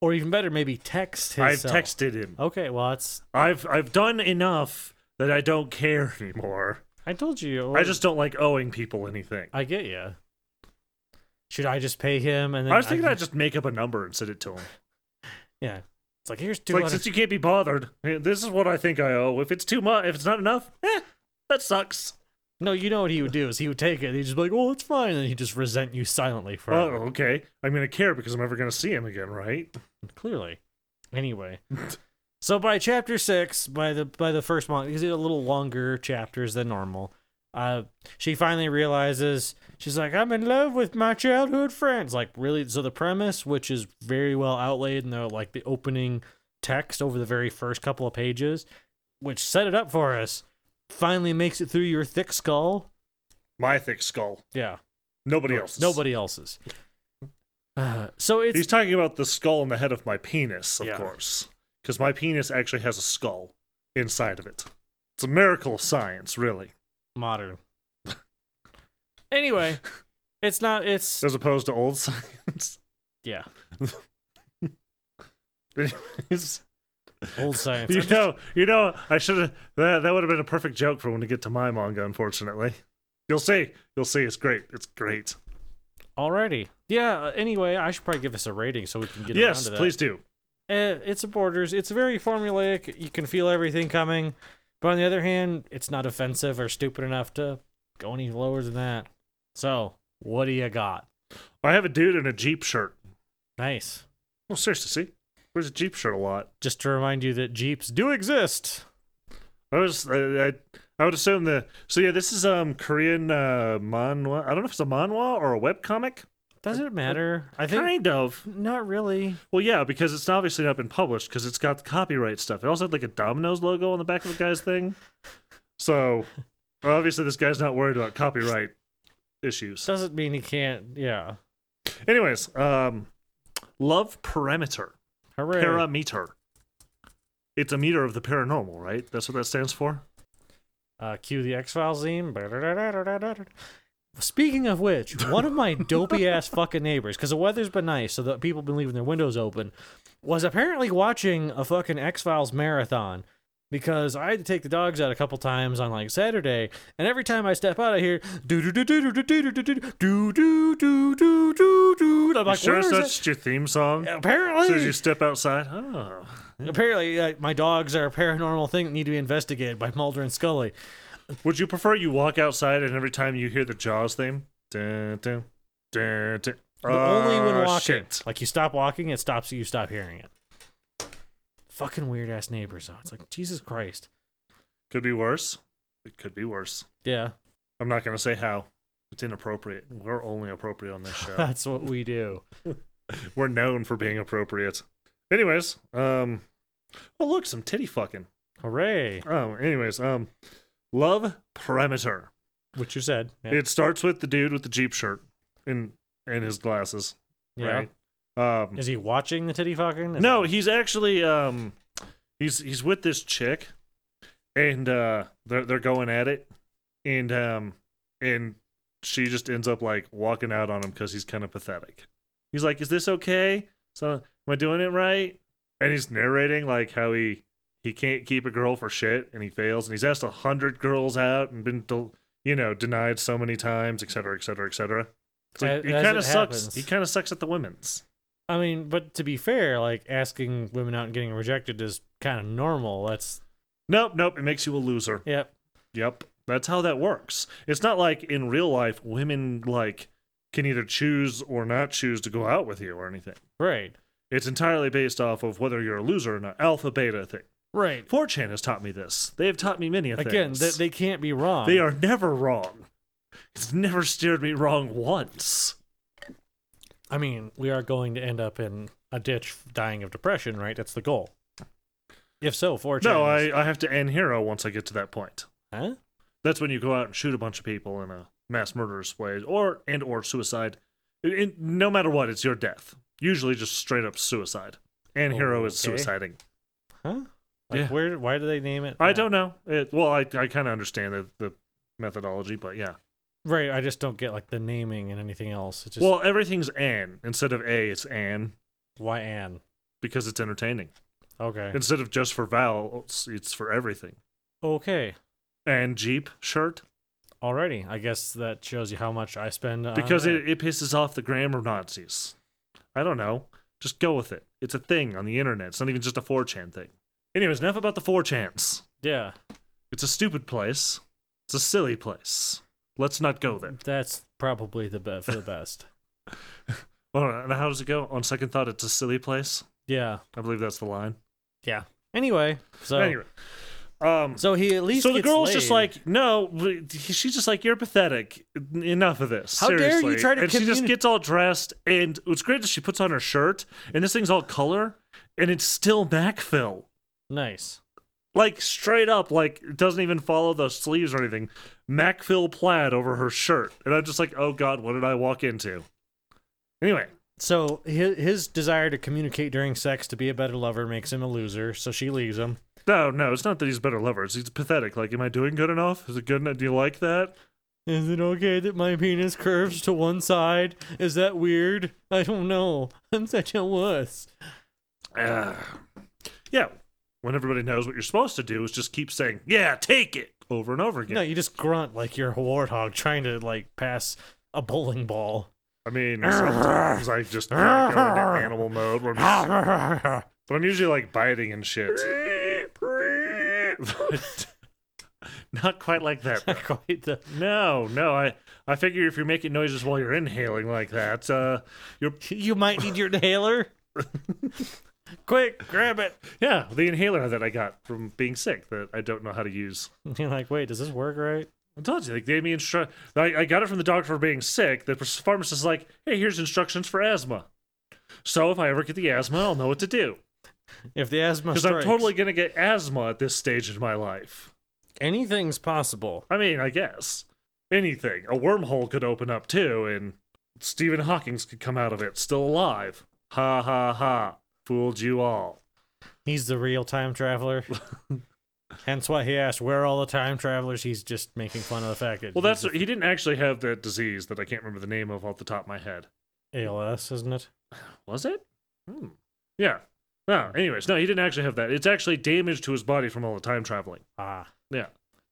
Speaker 1: Or even better, maybe text his.
Speaker 2: I've
Speaker 1: cell.
Speaker 2: texted him.
Speaker 1: Okay, well, that's.
Speaker 2: I've I've done enough that I don't care anymore.
Speaker 1: I told you. or-
Speaker 2: I just don't like owing people anything.
Speaker 1: I get you. Should I just pay him and then
Speaker 2: I was thinking
Speaker 1: can-
Speaker 2: I'd just make up a number and send it to him.
Speaker 1: Yeah. It's like here's
Speaker 2: It's
Speaker 1: two
Speaker 2: like
Speaker 1: hundred.
Speaker 2: since you can't be bothered, eh, this is what I think I owe. If it's too much, if it's not enough, eh, that sucks.
Speaker 1: no, you know what he would do is he would take it. He'd just be like, "Well, it's fine," and he'd just resent you silently for
Speaker 2: Oh, okay. I'm gonna care because I'm never gonna see him again, right?
Speaker 1: clearly. Anyway, so by chapter six, by the by the first month, these are a little longer chapters than normal. Uh, she finally realizes she's like, "I'm in love with my childhood friends." Like, really? So the premise, which is very well outlaid in the like the opening text over the very first couple of pages, which set it up for us, finally makes it through your thick skull.
Speaker 2: My thick skull.
Speaker 1: Yeah,
Speaker 2: Nobody else.
Speaker 1: nobody else's. Uh, so it's
Speaker 2: He's talking about the skull in the head of my penis, of
Speaker 1: Yeah.
Speaker 2: course, because my penis actually has a skull inside of it. It's a miracle of science, really,
Speaker 1: modern. anyway, it's not. It's
Speaker 2: as opposed to old science.
Speaker 1: yeah,
Speaker 2: Anyways,
Speaker 1: old science.
Speaker 2: you
Speaker 1: I'm just-
Speaker 2: know, you know, I should have. That, that would have been a perfect joke for when we get to my manga. Unfortunately, you'll see. You'll see. It's great. It's great.
Speaker 1: alrighty. Yeah. uh, Anyway, I should probably give us a rating so we can get around
Speaker 2: yes,
Speaker 1: to that.
Speaker 2: please do.
Speaker 1: Uh, it's a Borders. It's very formulaic. You can feel everything coming, but on the other hand, it's not offensive or stupid enough to go any lower than that. So, what do you got?
Speaker 2: I have a dude in a jeep shirt.
Speaker 1: Nice.
Speaker 2: Well, seriously, see, wears a Jeep shirt a lot.
Speaker 1: Just to remind you that Jeeps do exist.
Speaker 2: I was, I, I, I would assume the. So yeah, this is um Korean uh, manhwa. I don't know if it's a manhwa or a webcomic.
Speaker 1: Does it matter? I think
Speaker 2: Kind of.
Speaker 1: Uh, not really.
Speaker 2: Well, yeah, because it's obviously not been published because it's got the copyright stuff. It also had like a Domino's logo on the back of the guy's thing. So obviously, this guy's not worried about copyright issues.
Speaker 1: Doesn't mean he can't. Yeah.
Speaker 2: Anyways, um, love perimeter,
Speaker 1: Hooray.
Speaker 2: parameter. It's a meter of the paranormal, right? That's what that stands for.
Speaker 1: uh, cue the X Files theme. Speaking of which, one of my dopey ass fucking neighbors, because the weather's been nice, so that people been leaving their windows open, was apparently watching a fucking X Files marathon. Because I had to take the dogs out a couple times on like Saturday, and every time I step out, I hear do do do do do do do do do do do do do do do. And I'm
Speaker 2: You
Speaker 1: like,
Speaker 2: sure
Speaker 1: where
Speaker 2: it's
Speaker 1: is
Speaker 2: not
Speaker 1: that?
Speaker 2: just your theme song?
Speaker 1: Apparently,
Speaker 2: As soon as you step outside, oh,
Speaker 1: apparently, uh, my dogs are a paranormal thing that need to be investigated by Mulder and Scully.
Speaker 2: Would you prefer you walk outside and every time you hear the Jaws theme? Dun, dun, dun, dun.
Speaker 1: But only when
Speaker 2: Ah,
Speaker 1: walking. Oh,
Speaker 2: shit.
Speaker 1: Like you stop walking, it stops you stop hearing it. Fucking weird ass neighbors though. It's like Jesus Christ.
Speaker 2: Could be worse. It could be worse.
Speaker 1: Yeah.
Speaker 2: I'm not going to say how. It's inappropriate. We're only appropriate on this show.
Speaker 1: That's what we do.
Speaker 2: We're known for being appropriate. Anyways, um, oh look, some titty fucking.
Speaker 1: Hooray.
Speaker 2: Oh, anyways, um, love perimeter.
Speaker 1: Which you said. Yeah.
Speaker 2: It starts with the dude with the jeep shirt and and his glasses,
Speaker 1: Yeah.
Speaker 2: right? Um,
Speaker 1: Is he watching the titty fucking? Is
Speaker 2: No,
Speaker 1: that-
Speaker 2: he's actually um he's he's with this chick and uh they're they're going at it and um and she just ends up like walking out on him cuz he's kind of pathetic. He's like, "Is this okay? So am I doing it right?" And he's narrating like how he he can't keep a girl for shit and he fails and he's asked a hundred girls out and been del- you know denied so many times, et cetera, et cetera, et cetera. So
Speaker 1: As-
Speaker 2: he
Speaker 1: as
Speaker 2: kind
Speaker 1: it
Speaker 2: of sucks.
Speaker 1: happens.
Speaker 2: He kind of sucks at the women's.
Speaker 1: I mean, but to be fair, like asking women out and getting rejected is kind of normal. That's
Speaker 2: Nope, nope. It makes you a loser.
Speaker 1: yep.
Speaker 2: Yep. That's how that works. It's not like in real life women like can either choose or not choose to go out with you or anything.
Speaker 1: Right.
Speaker 2: It's entirely based off of whether you're a loser or not. Alpha beta thing.
Speaker 1: Right.
Speaker 2: 4chan has taught me this. They have taught me many a
Speaker 1: Again, they,
Speaker 2: things.
Speaker 1: they can't be wrong.
Speaker 2: they are never wrong. It's never steered me wrong once.
Speaker 1: I mean, we are going to end up in a ditch dying of depression, right? That's the goal. If so, fortune.
Speaker 2: No, I, I have to end hero once I get to that point.
Speaker 1: Huh?
Speaker 2: That's when you go out and shoot a bunch of people in a mass murderous way, or and or suicide. It- it- no matter what, it's your death. Usually, just straight up suicide. And hero is
Speaker 1: Okay.
Speaker 2: suiciding.
Speaker 1: Huh? Like
Speaker 2: Yeah.
Speaker 1: where why do they name it?
Speaker 2: I
Speaker 1: that?
Speaker 2: don't know. It, well, I I kind of understand the, the methodology, but yeah.
Speaker 1: Right, I just don't get like the naming and anything else. It's just
Speaker 2: well, everything's an instead of a. It's an
Speaker 1: why Anne?
Speaker 2: because it's entertaining.
Speaker 1: Okay.
Speaker 2: Instead of just for Val, it's, it's for everything.
Speaker 1: Okay.
Speaker 2: And Jeep shirt
Speaker 1: Alrighty. I guess that shows you how much I spend on
Speaker 2: because
Speaker 1: that.
Speaker 2: it, it pisses off the grammar Nazis. I don't know. Just go with it. It's a thing on the internet. It's not even just a 4chan thing. Anyways, enough about the 4chans.
Speaker 1: Yeah.
Speaker 2: It's a stupid place. It's a silly place. Let's not go there.
Speaker 1: That's probably the be- for the best.
Speaker 2: Well, and how does it go? On second thought, it's a silly place.
Speaker 1: yeah.
Speaker 2: I believe that's the line.
Speaker 1: Yeah. Anyway, so
Speaker 2: Anyway, um,
Speaker 1: so he at least
Speaker 2: so the
Speaker 1: gets
Speaker 2: girl's
Speaker 1: laid.
Speaker 2: just like, no, she's just like, you're pathetic. Enough of this.
Speaker 1: How dare you
Speaker 2: seriously."
Speaker 1: try to
Speaker 2: And she just
Speaker 1: communi-
Speaker 2: gets all dressed, and what's great is she puts on her shirt, and this thing's all color, and it's still backfill,
Speaker 1: nice.
Speaker 2: like straight up, like it doesn't even follow the sleeves or anything. Macfill plaid over her shirt, and I'm just like, oh god, what did I walk into? Anyway,
Speaker 1: So his, his desire to communicate during sex to be a better lover makes him a loser, so she leaves him.
Speaker 2: no, no, it's not that he's a better lover. It's he's pathetic. Like, am I doing good enough? Is it good enough? Do you like that?
Speaker 1: Is it okay that my penis curves to one side? Is that weird? I don't know. I'm such a wuss.
Speaker 2: Uh, yeah. When everybody knows what you're supposed to do is just keep saying, yeah, take it over and over again.
Speaker 1: No, you just grunt like you're a warthog trying to like pass a bowling ball.
Speaker 2: I mean, sometimes I just kinda go into animal mode, where I'm just- but I'm usually like biting and shit. but Not quite like that. though.
Speaker 1: Quite the-
Speaker 2: No, no. I I figure if you're making noises while you're inhaling like that, uh, you're
Speaker 1: you might need your inhaler. Quick, grab it.
Speaker 2: yeah. The inhaler that I got from being sick that I don't know how to use.
Speaker 1: You're like, wait, does this work right?
Speaker 2: I told you, like they gave me instru- I, I got it from the doctor for being sick. The pres- pharmacist's like, hey, here's instructions for asthma. So if I ever get the asthma, I'll know what to do
Speaker 1: If the asthma
Speaker 2: because I'm
Speaker 1: Oh, strikes,
Speaker 2: totally gonna get asthma at this stage in my life.
Speaker 1: anything's possible.
Speaker 2: I mean, I guess anything. A wormhole could open up too, and Stephen Hawking's could come out of it still alive. Ha ha ha! Fooled you all.
Speaker 1: He's the real time traveler. Hence why he asked, "Where are all the time travelers?" He's just making fun of the fact that
Speaker 2: Well, that's
Speaker 1: he's
Speaker 2: he didn't actually have that disease that I can't remember the name of off the top of my head.
Speaker 1: ALS, isn't it?
Speaker 2: Was it? Hmm. Yeah. No. Anyways, no, he didn't actually have that. It's actually damage to his body from all the time traveling.
Speaker 1: Ah,
Speaker 2: Yeah.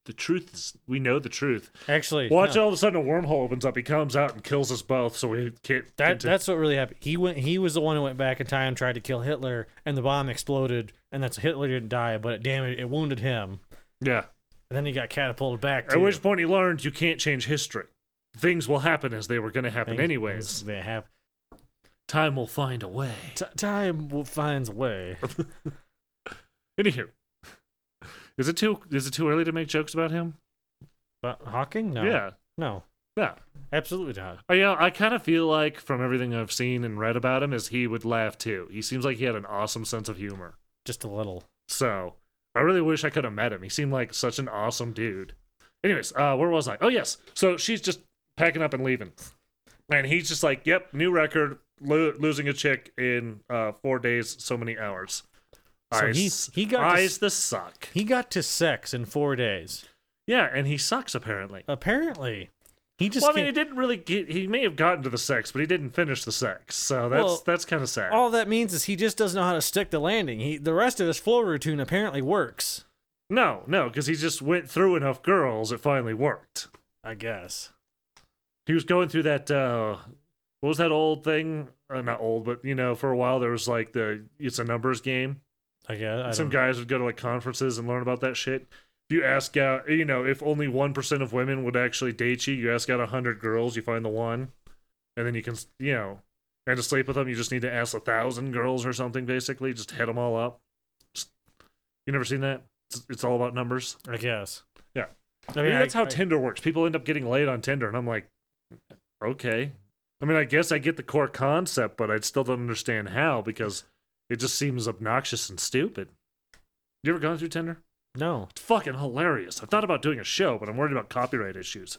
Speaker 2: The truth is, we know the truth.
Speaker 1: actually,
Speaker 2: Watch
Speaker 1: no.
Speaker 2: all of a sudden a wormhole opens up. He comes out and kills us both, so we can't.
Speaker 1: That
Speaker 2: continue.
Speaker 1: that's what really happened. He went. He was the one who went back in time, tried to kill Hitler, and the bomb exploded. And that's Hitler didn't die, but it damaged, it wounded him.
Speaker 2: yeah.
Speaker 1: And then he got catapulted back.
Speaker 2: At
Speaker 1: to
Speaker 2: which point he learned you can't change history. Things will happen as they were going to happen
Speaker 1: things-
Speaker 2: anyways.
Speaker 1: They have
Speaker 2: Time will find a way.
Speaker 1: t- time will finds a way.
Speaker 2: Anywho, is it too is it too early to make jokes about him?
Speaker 1: But Hawking? No.
Speaker 2: Yeah,
Speaker 1: No.
Speaker 2: yeah.
Speaker 1: Absolutely not.
Speaker 2: I, you know, Uh, I kind of feel like from everything I've seen and read about him, is he would laugh too. He seems like he had an awesome sense of humor.
Speaker 1: Just a little.
Speaker 2: So I really wish I could have met him. He seemed like such an awesome dude. Anyways, uh, where was I? Oh yes, so she's just packing up and leaving, and he's just like, "Yep, new record, lo- losing a chick in uh, four days, so many hours."
Speaker 1: So he-
Speaker 2: Ice-
Speaker 1: he got to
Speaker 2: eyes the suck.
Speaker 1: He got to sex in four days.
Speaker 2: Yeah, and he sucks apparently.
Speaker 1: Apparently, he just
Speaker 2: Well, I mean,
Speaker 1: can't-
Speaker 2: he didn't really get. He may have gotten to the sex, but he didn't finish the sex. So that's
Speaker 1: Well,
Speaker 2: that's kind of sad.
Speaker 1: all that means is he just doesn't know how to stick the landing. He the rest of his flow routine apparently works.
Speaker 2: no, no, because he just went through enough girls. It finally worked.
Speaker 1: I guess.
Speaker 2: he was going through that uh what was that old thing uh, not old but you know for a while there was like the it's a numbers game
Speaker 1: I guess. I
Speaker 2: some
Speaker 1: don't-
Speaker 2: guys would go to like conferences and learn about that shit if you ask out you know if only 1% of women would actually date you you ask out 100 girls you find the one and then you can you know and to sleep with them you just need to ask a thousand girls or something basically just hit them all up Just- you never seen that it's, it's all about numbers
Speaker 1: I guess.
Speaker 2: Yeah.
Speaker 1: I
Speaker 2: I
Speaker 1: mean,
Speaker 2: mean, that's
Speaker 1: I-
Speaker 2: how
Speaker 1: I-
Speaker 2: Tinder works. People end up getting laid on Tinder, and I'm like, okay. I mean, I guess I get the core concept, but I still don't understand how because it just seems obnoxious and stupid. You ever gone through Tinder?
Speaker 1: no.
Speaker 2: It's fucking hilarious. I thought about doing a show, but I'm worried about copyright issues.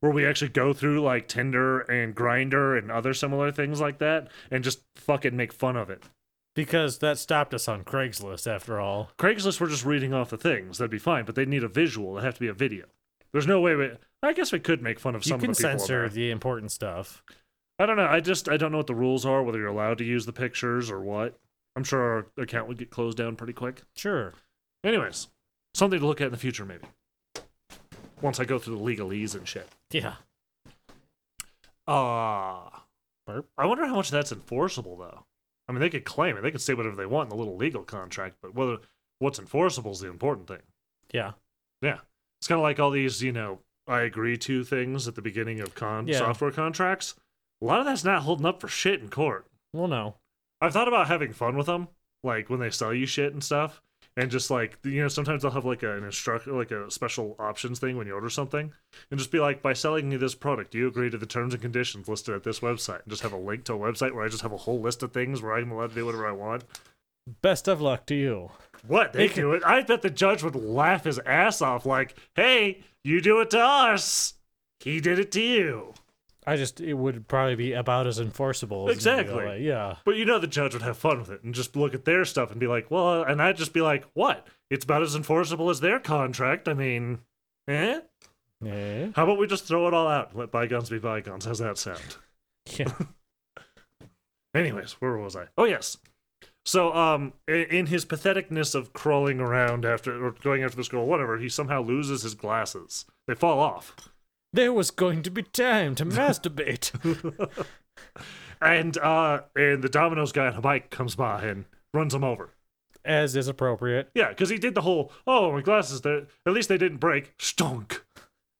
Speaker 2: Where we actually go through like Tinder and Grinder and other similar things like that and just fucking make fun of it.
Speaker 1: Because that stopped us on Craigslist after all.
Speaker 2: Craigslist, we're just reading off the things. That'd be fine, but they need a visual. It'd have to be a video. There's no way we. I guess we could make fun of
Speaker 1: You
Speaker 2: some
Speaker 1: can
Speaker 2: of the people.
Speaker 1: censor
Speaker 2: there.
Speaker 1: the important stuff.
Speaker 2: I don't know. I just I don't know what the rules are. Whether you're allowed to use the pictures or what. I'm sure our account would get closed down pretty quick.
Speaker 1: Sure.
Speaker 2: Anyways, something to look at in the future maybe. Once I go through the legalese and shit.
Speaker 1: Yeah.
Speaker 2: Ah.
Speaker 1: Burp.
Speaker 2: I wonder how much that's enforceable though. I mean, they could claim it. They could say whatever they want in the little legal contract, but whether what's enforceable is the important thing.
Speaker 1: Yeah.
Speaker 2: Yeah. It's kind of like all these, you know, I agree to things at the beginning of con-
Speaker 1: Yeah.
Speaker 2: software contracts. A lot of that's not holding up for shit in court.
Speaker 1: Well, no.
Speaker 2: I've thought about having fun with them, like when they sell you shit and stuff, and just like you know, sometimes they'll have like an instruct, like a special options thing when you order something, and just be like, by selling me this product, do you agree to the terms and conditions listed at this website, and just have a link to a website where I just have a whole list of things where I'm allowed to do whatever I want.
Speaker 1: Best of luck to you.
Speaker 2: What they
Speaker 1: They can-
Speaker 2: do it? I bet the judge would laugh his ass off, like, "Hey, you do it to us." He did it to you.
Speaker 1: I just it would probably be about as enforceable. as in the
Speaker 2: Exactly.
Speaker 1: LA. Yeah.
Speaker 2: But you know the judge would have fun with it and just look at their stuff and be like, well, and I'd just be like, what? It's about as enforceable as their contract. I mean, eh?
Speaker 1: Yeah.
Speaker 2: How about we just throw it all out and let bygones be bygones? How's that sound?
Speaker 1: Yeah.
Speaker 2: Anyways, where was I? Oh yes. So, um, i- in his patheticness of crawling around after or going after this girl, whatever, he somehow loses his glasses. They fall off,
Speaker 1: there was going to be time to masturbate.
Speaker 2: and uh, and the Domino's guy on a bike comes by and runs him over.
Speaker 1: as is appropriate.
Speaker 2: Yeah, because he did the whole, oh, my glasses, that at least they didn't break. Stunk.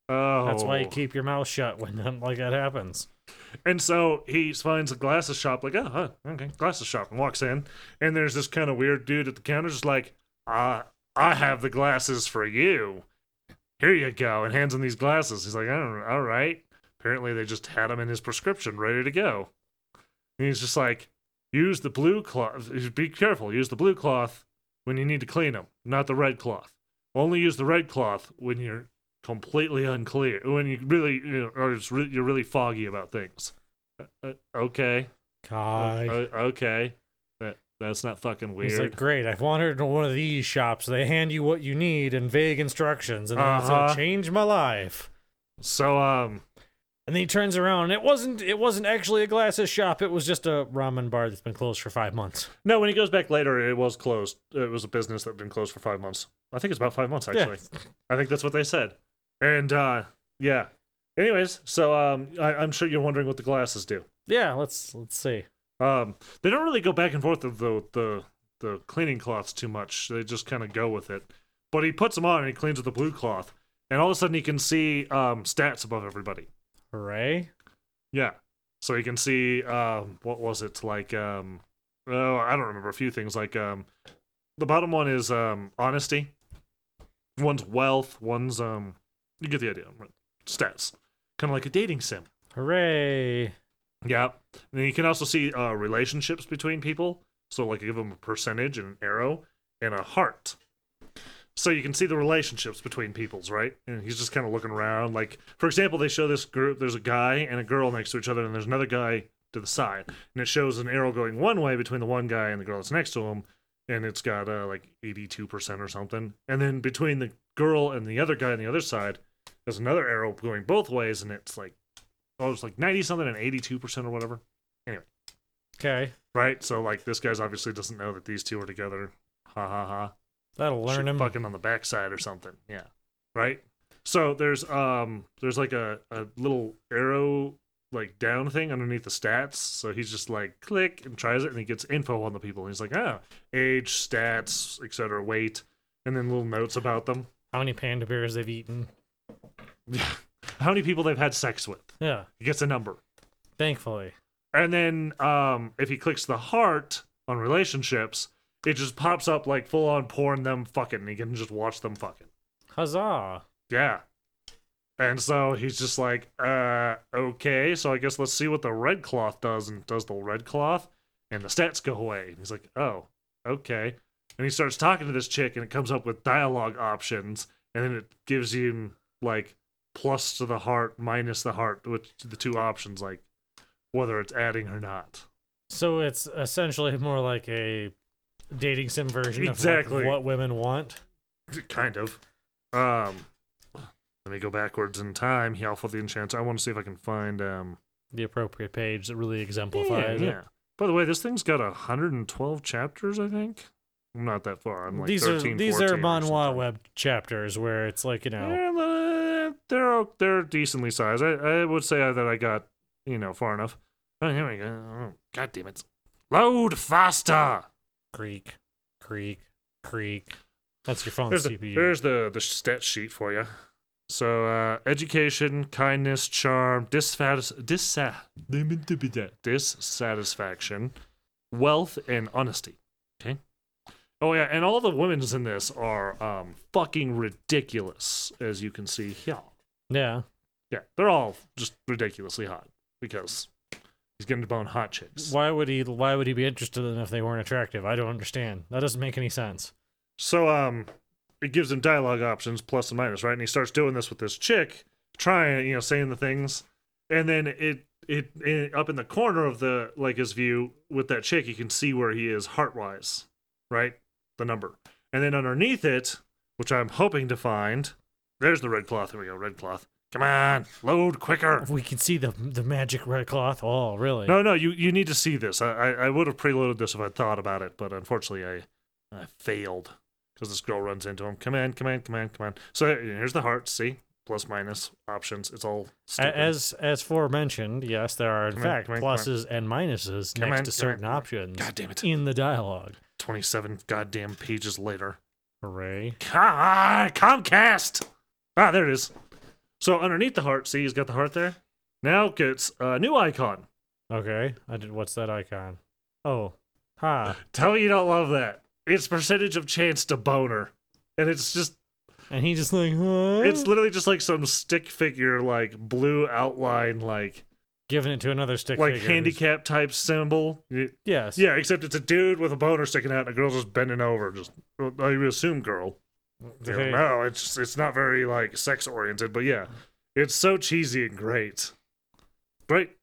Speaker 2: Oh.
Speaker 1: That's why you keep your mouth shut when something like that happens.
Speaker 2: And so he finds a glasses shop, like, oh, huh, okay, glasses shop, and walks in. And there's this kind of weird dude at the counter, just like, uh, I have the glasses for you. Here you go, and hands him these glasses. He's like, I don't, all right. Apparently, they just had him in his prescription, ready to go. And he's just like, use the blue cloth. Be careful. Use the blue cloth when you need to clean them, not the red cloth. Only use the red cloth when you're completely unclear, when you really, you know, or it's re- you're really foggy about things. Uh, uh, okay.
Speaker 1: God.
Speaker 2: Uh, okay. That that's not fucking weird.
Speaker 1: He's like, great. I've wandered into one of these shops. They hand you what you need and vague instructions, and then it's like,
Speaker 2: Uh-huh.
Speaker 1: change my life.
Speaker 2: so um,
Speaker 1: And then he turns around, and it wasn't. It wasn't actually a glasses shop. It was just a ramen bar that's been closed for five months.
Speaker 2: no. When he goes back later, it was closed. It was a business that had been closed for five months. I think it's about five months
Speaker 1: Yeah.
Speaker 2: actually. I think that's what they said. And uh, yeah. Anyways, so um, I, I'm sure you're wondering what the glasses do.
Speaker 1: Yeah, let's let's see.
Speaker 2: Um, they don't really go back and forth of the the the cleaning cloths too much. They just kind of go with it. But he puts them on and he cleans with the blue cloth, and all of a sudden he can see um, stats above everybody.
Speaker 1: Hooray!
Speaker 2: Yeah, so he can see um, what was it like? Um, oh, I don't remember. A few things like um, the bottom one is um, honesty. One's wealth. One's um, you get the idea. Stats, kind of like a dating sim.
Speaker 1: Hooray!
Speaker 2: Yeah. And then you can also see uh, relationships between people. So, like, give them a percentage and an arrow and a heart. So you can see the relationships between peoples, right? And he's just kind of looking around. Like, for example, they show this group. There's a guy and a girl next to each other, and there's another guy to the side. And it shows an arrow going one way between the one guy and the girl that's next to him. And it's got uh, like 82% or something. And then between the girl and the other guy on the other side, there's another arrow going both ways, and it's like oh, it's like 90 something and 82% or whatever.
Speaker 1: Okay,
Speaker 2: Right? So, like, this guy's obviously doesn't know that these two are together. Ha ha ha.
Speaker 1: that'll learn
Speaker 2: Shoot
Speaker 1: him.
Speaker 2: Fucking on the backside or something. Yeah. Right? So there's um there's like a, a little arrow like down thing underneath the stats. So he's just like click and tries it and he gets info on the people. And he's like, ah, age, stats, etc., weight, and then little notes about them.
Speaker 1: How many panda bears they've eaten?
Speaker 2: How many people they've had sex with.
Speaker 1: Yeah,
Speaker 2: He gets a number.
Speaker 1: thankfully.
Speaker 2: And then um, if he clicks the heart on relationships, it just pops up like full on porn them fucking. He can just watch them fucking.
Speaker 1: Huzzah!
Speaker 2: Yeah. And so he's just like, uh, okay, so I guess let's see what the red cloth does. And does the red cloth? And the stats go away. And he's like, oh, okay. And he starts talking to this chick, and it comes up with dialogue options. And then it gives him, like, plus to the heart, minus the heart, which the two options, like, whether it's adding or not.
Speaker 1: So it's essentially more like a dating sim version of
Speaker 2: Exactly.
Speaker 1: like, what women want.
Speaker 2: kind of. Um, let me go backwards in time. He off of the enchant. I want to see if I can find um.
Speaker 1: The appropriate page that really exemplifies it.
Speaker 2: By the way, this thing's got hundred and twelve chapters. I think. I'm not that far. I'm like
Speaker 1: these
Speaker 2: 13,
Speaker 1: are these
Speaker 2: 14
Speaker 1: are
Speaker 2: or
Speaker 1: manhwa
Speaker 2: something.
Speaker 1: web chapters where it's like you know,
Speaker 2: Yeah, uh, they're o- they're decently sized. I, I would say that I got you know far enough. Oh, here we go. Oh, God damn it! Load faster.
Speaker 1: creak, creak, creak. That's your phone's
Speaker 2: There's the,
Speaker 1: CPU.
Speaker 2: there's the the stat sheet for you. So uh, education, kindness, charm, dissatis- dissa- dissatisfaction, wealth, and honesty. Okay. Oh yeah, and all the women's in this are um, fucking ridiculous, as you can see here.
Speaker 1: yeah,
Speaker 2: Yeah, they're all just ridiculously hot because he's getting to bone hot chicks.
Speaker 1: why would he? Why would he be interested in them if they weren't attractive? I don't understand. That doesn't make any sense.
Speaker 2: So um, it gives him dialogue options, plus and minus, right? And he starts doing this with this chick, trying, you know, saying the things, and then it it, it up in the corner of the like his view with that chick, you can see where he is heart wise, right? The number, and then underneath it, which I'm hoping to find, there's the red cloth. Here we go, red cloth. Come on, load quicker.
Speaker 1: If we can see the the magic red cloth, oh really?
Speaker 2: No, no, you you need to see this. I I, I would have preloaded this if I thought about it, but unfortunately I I failed because this girl runs into him. Come in, come in, come in, come in. So here's the heart. See plus minus options. It's all
Speaker 1: A-
Speaker 2: stupid.
Speaker 1: As as forementioned, yes, there are in
Speaker 2: Come on,
Speaker 1: fact
Speaker 2: come on, come on.
Speaker 1: pluses and minuses
Speaker 2: Come
Speaker 1: next
Speaker 2: on,
Speaker 1: to
Speaker 2: come on,
Speaker 1: certain
Speaker 2: come on.
Speaker 1: options
Speaker 2: God damn it!
Speaker 1: in the dialogue.
Speaker 2: 27 goddamn pages later.
Speaker 1: Hooray.
Speaker 2: Ah, Comcast. Ah, there it is. So underneath the heart, see, he's got the heart there. Now gets a new icon.
Speaker 1: Okay. I did. What's that icon? Oh, ha.
Speaker 2: Tell me you don't love that. It's percentage of chance to boner, and it's just
Speaker 1: And he just like, huh?
Speaker 2: it's literally just like some stick figure, like blue outline, like
Speaker 1: giving it to another stick.
Speaker 2: like
Speaker 1: figure.
Speaker 2: handicap type symbol. Y-
Speaker 1: Yes.
Speaker 2: Yeah, except it's a dude with a boner sticking out, and a girl just bending over. Just well, I would assume girl. You
Speaker 1: Okay.
Speaker 2: know, No, it's it's not very like sex oriented, but yeah, it's so cheesy and great. Great.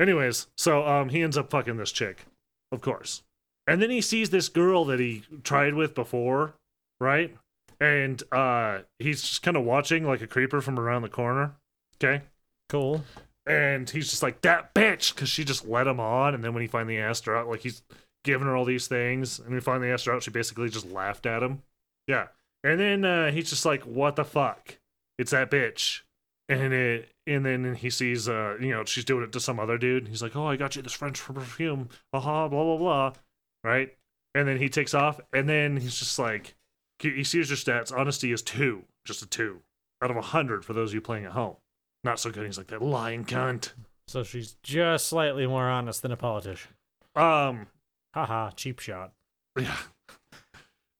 Speaker 2: Anyways, so um, he ends up fucking this chick, of course, and then he sees this girl that he tried with before, right? And uh, he's just kind of watching like a creeper from around the corner. Okay.
Speaker 1: Cool.
Speaker 2: And he's just like that bitch because she just let him on, and then when he finally asked her out, like he's giving her all these things, and we finally asked her out, she basically just laughed at him. Yeah, and then uh, he's just like, "What the fuck? It's that bitch." And it, and then he sees, uh, you know, she's doing it to some other dude, and he's like, "Oh, I got you this French perfume, aha, blah blah blah," right? And then he takes off, and then he's just like, he he sees your stats. Honesty is two, just a two out of a hundred for those of you playing at home not so good. He's like that lying cunt.
Speaker 1: So she's just slightly more honest than a politician.
Speaker 2: Um,
Speaker 1: Haha, cheap shot.
Speaker 2: yeah.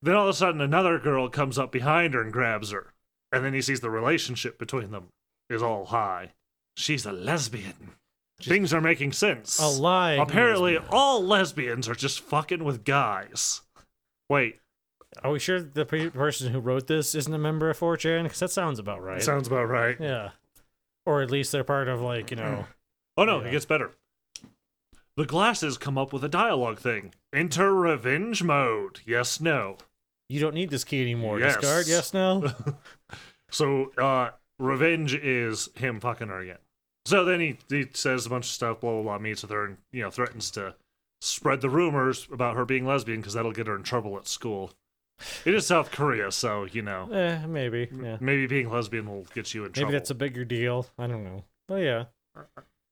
Speaker 2: Then all of a sudden, another girl comes up behind her and grabs her, and then he sees the relationship between them is all high. She's a lesbian.
Speaker 1: She's
Speaker 2: Things are making sense.
Speaker 1: A lie.
Speaker 2: Apparently, all lesbians are just fucking with guys. Wait,
Speaker 1: Are we sure the pe- person who wrote this isn't a member of 4chan? Because that sounds about right.
Speaker 2: sounds about right.
Speaker 1: yeah. Or at least they're part of, like, you know.
Speaker 2: Oh no,
Speaker 1: Yeah.
Speaker 2: it gets better. The glasses come up with a dialogue thing. Enter revenge mode. Yes, no.
Speaker 1: You don't need this key anymore.
Speaker 2: Yes.
Speaker 1: Discard, yes, no?
Speaker 2: So uh revenge is him fucking her again. So then he, he says a bunch of stuff, blah blah blah, meets with her and you know, threatens to spread the rumors about her being lesbian because that'll get her in trouble at school. It is South Korea, so you know.
Speaker 1: eh, maybe. Yeah.
Speaker 2: Maybe being lesbian will get you in trouble.
Speaker 1: Maybe that's a bigger deal. I don't know. Oh, yeah.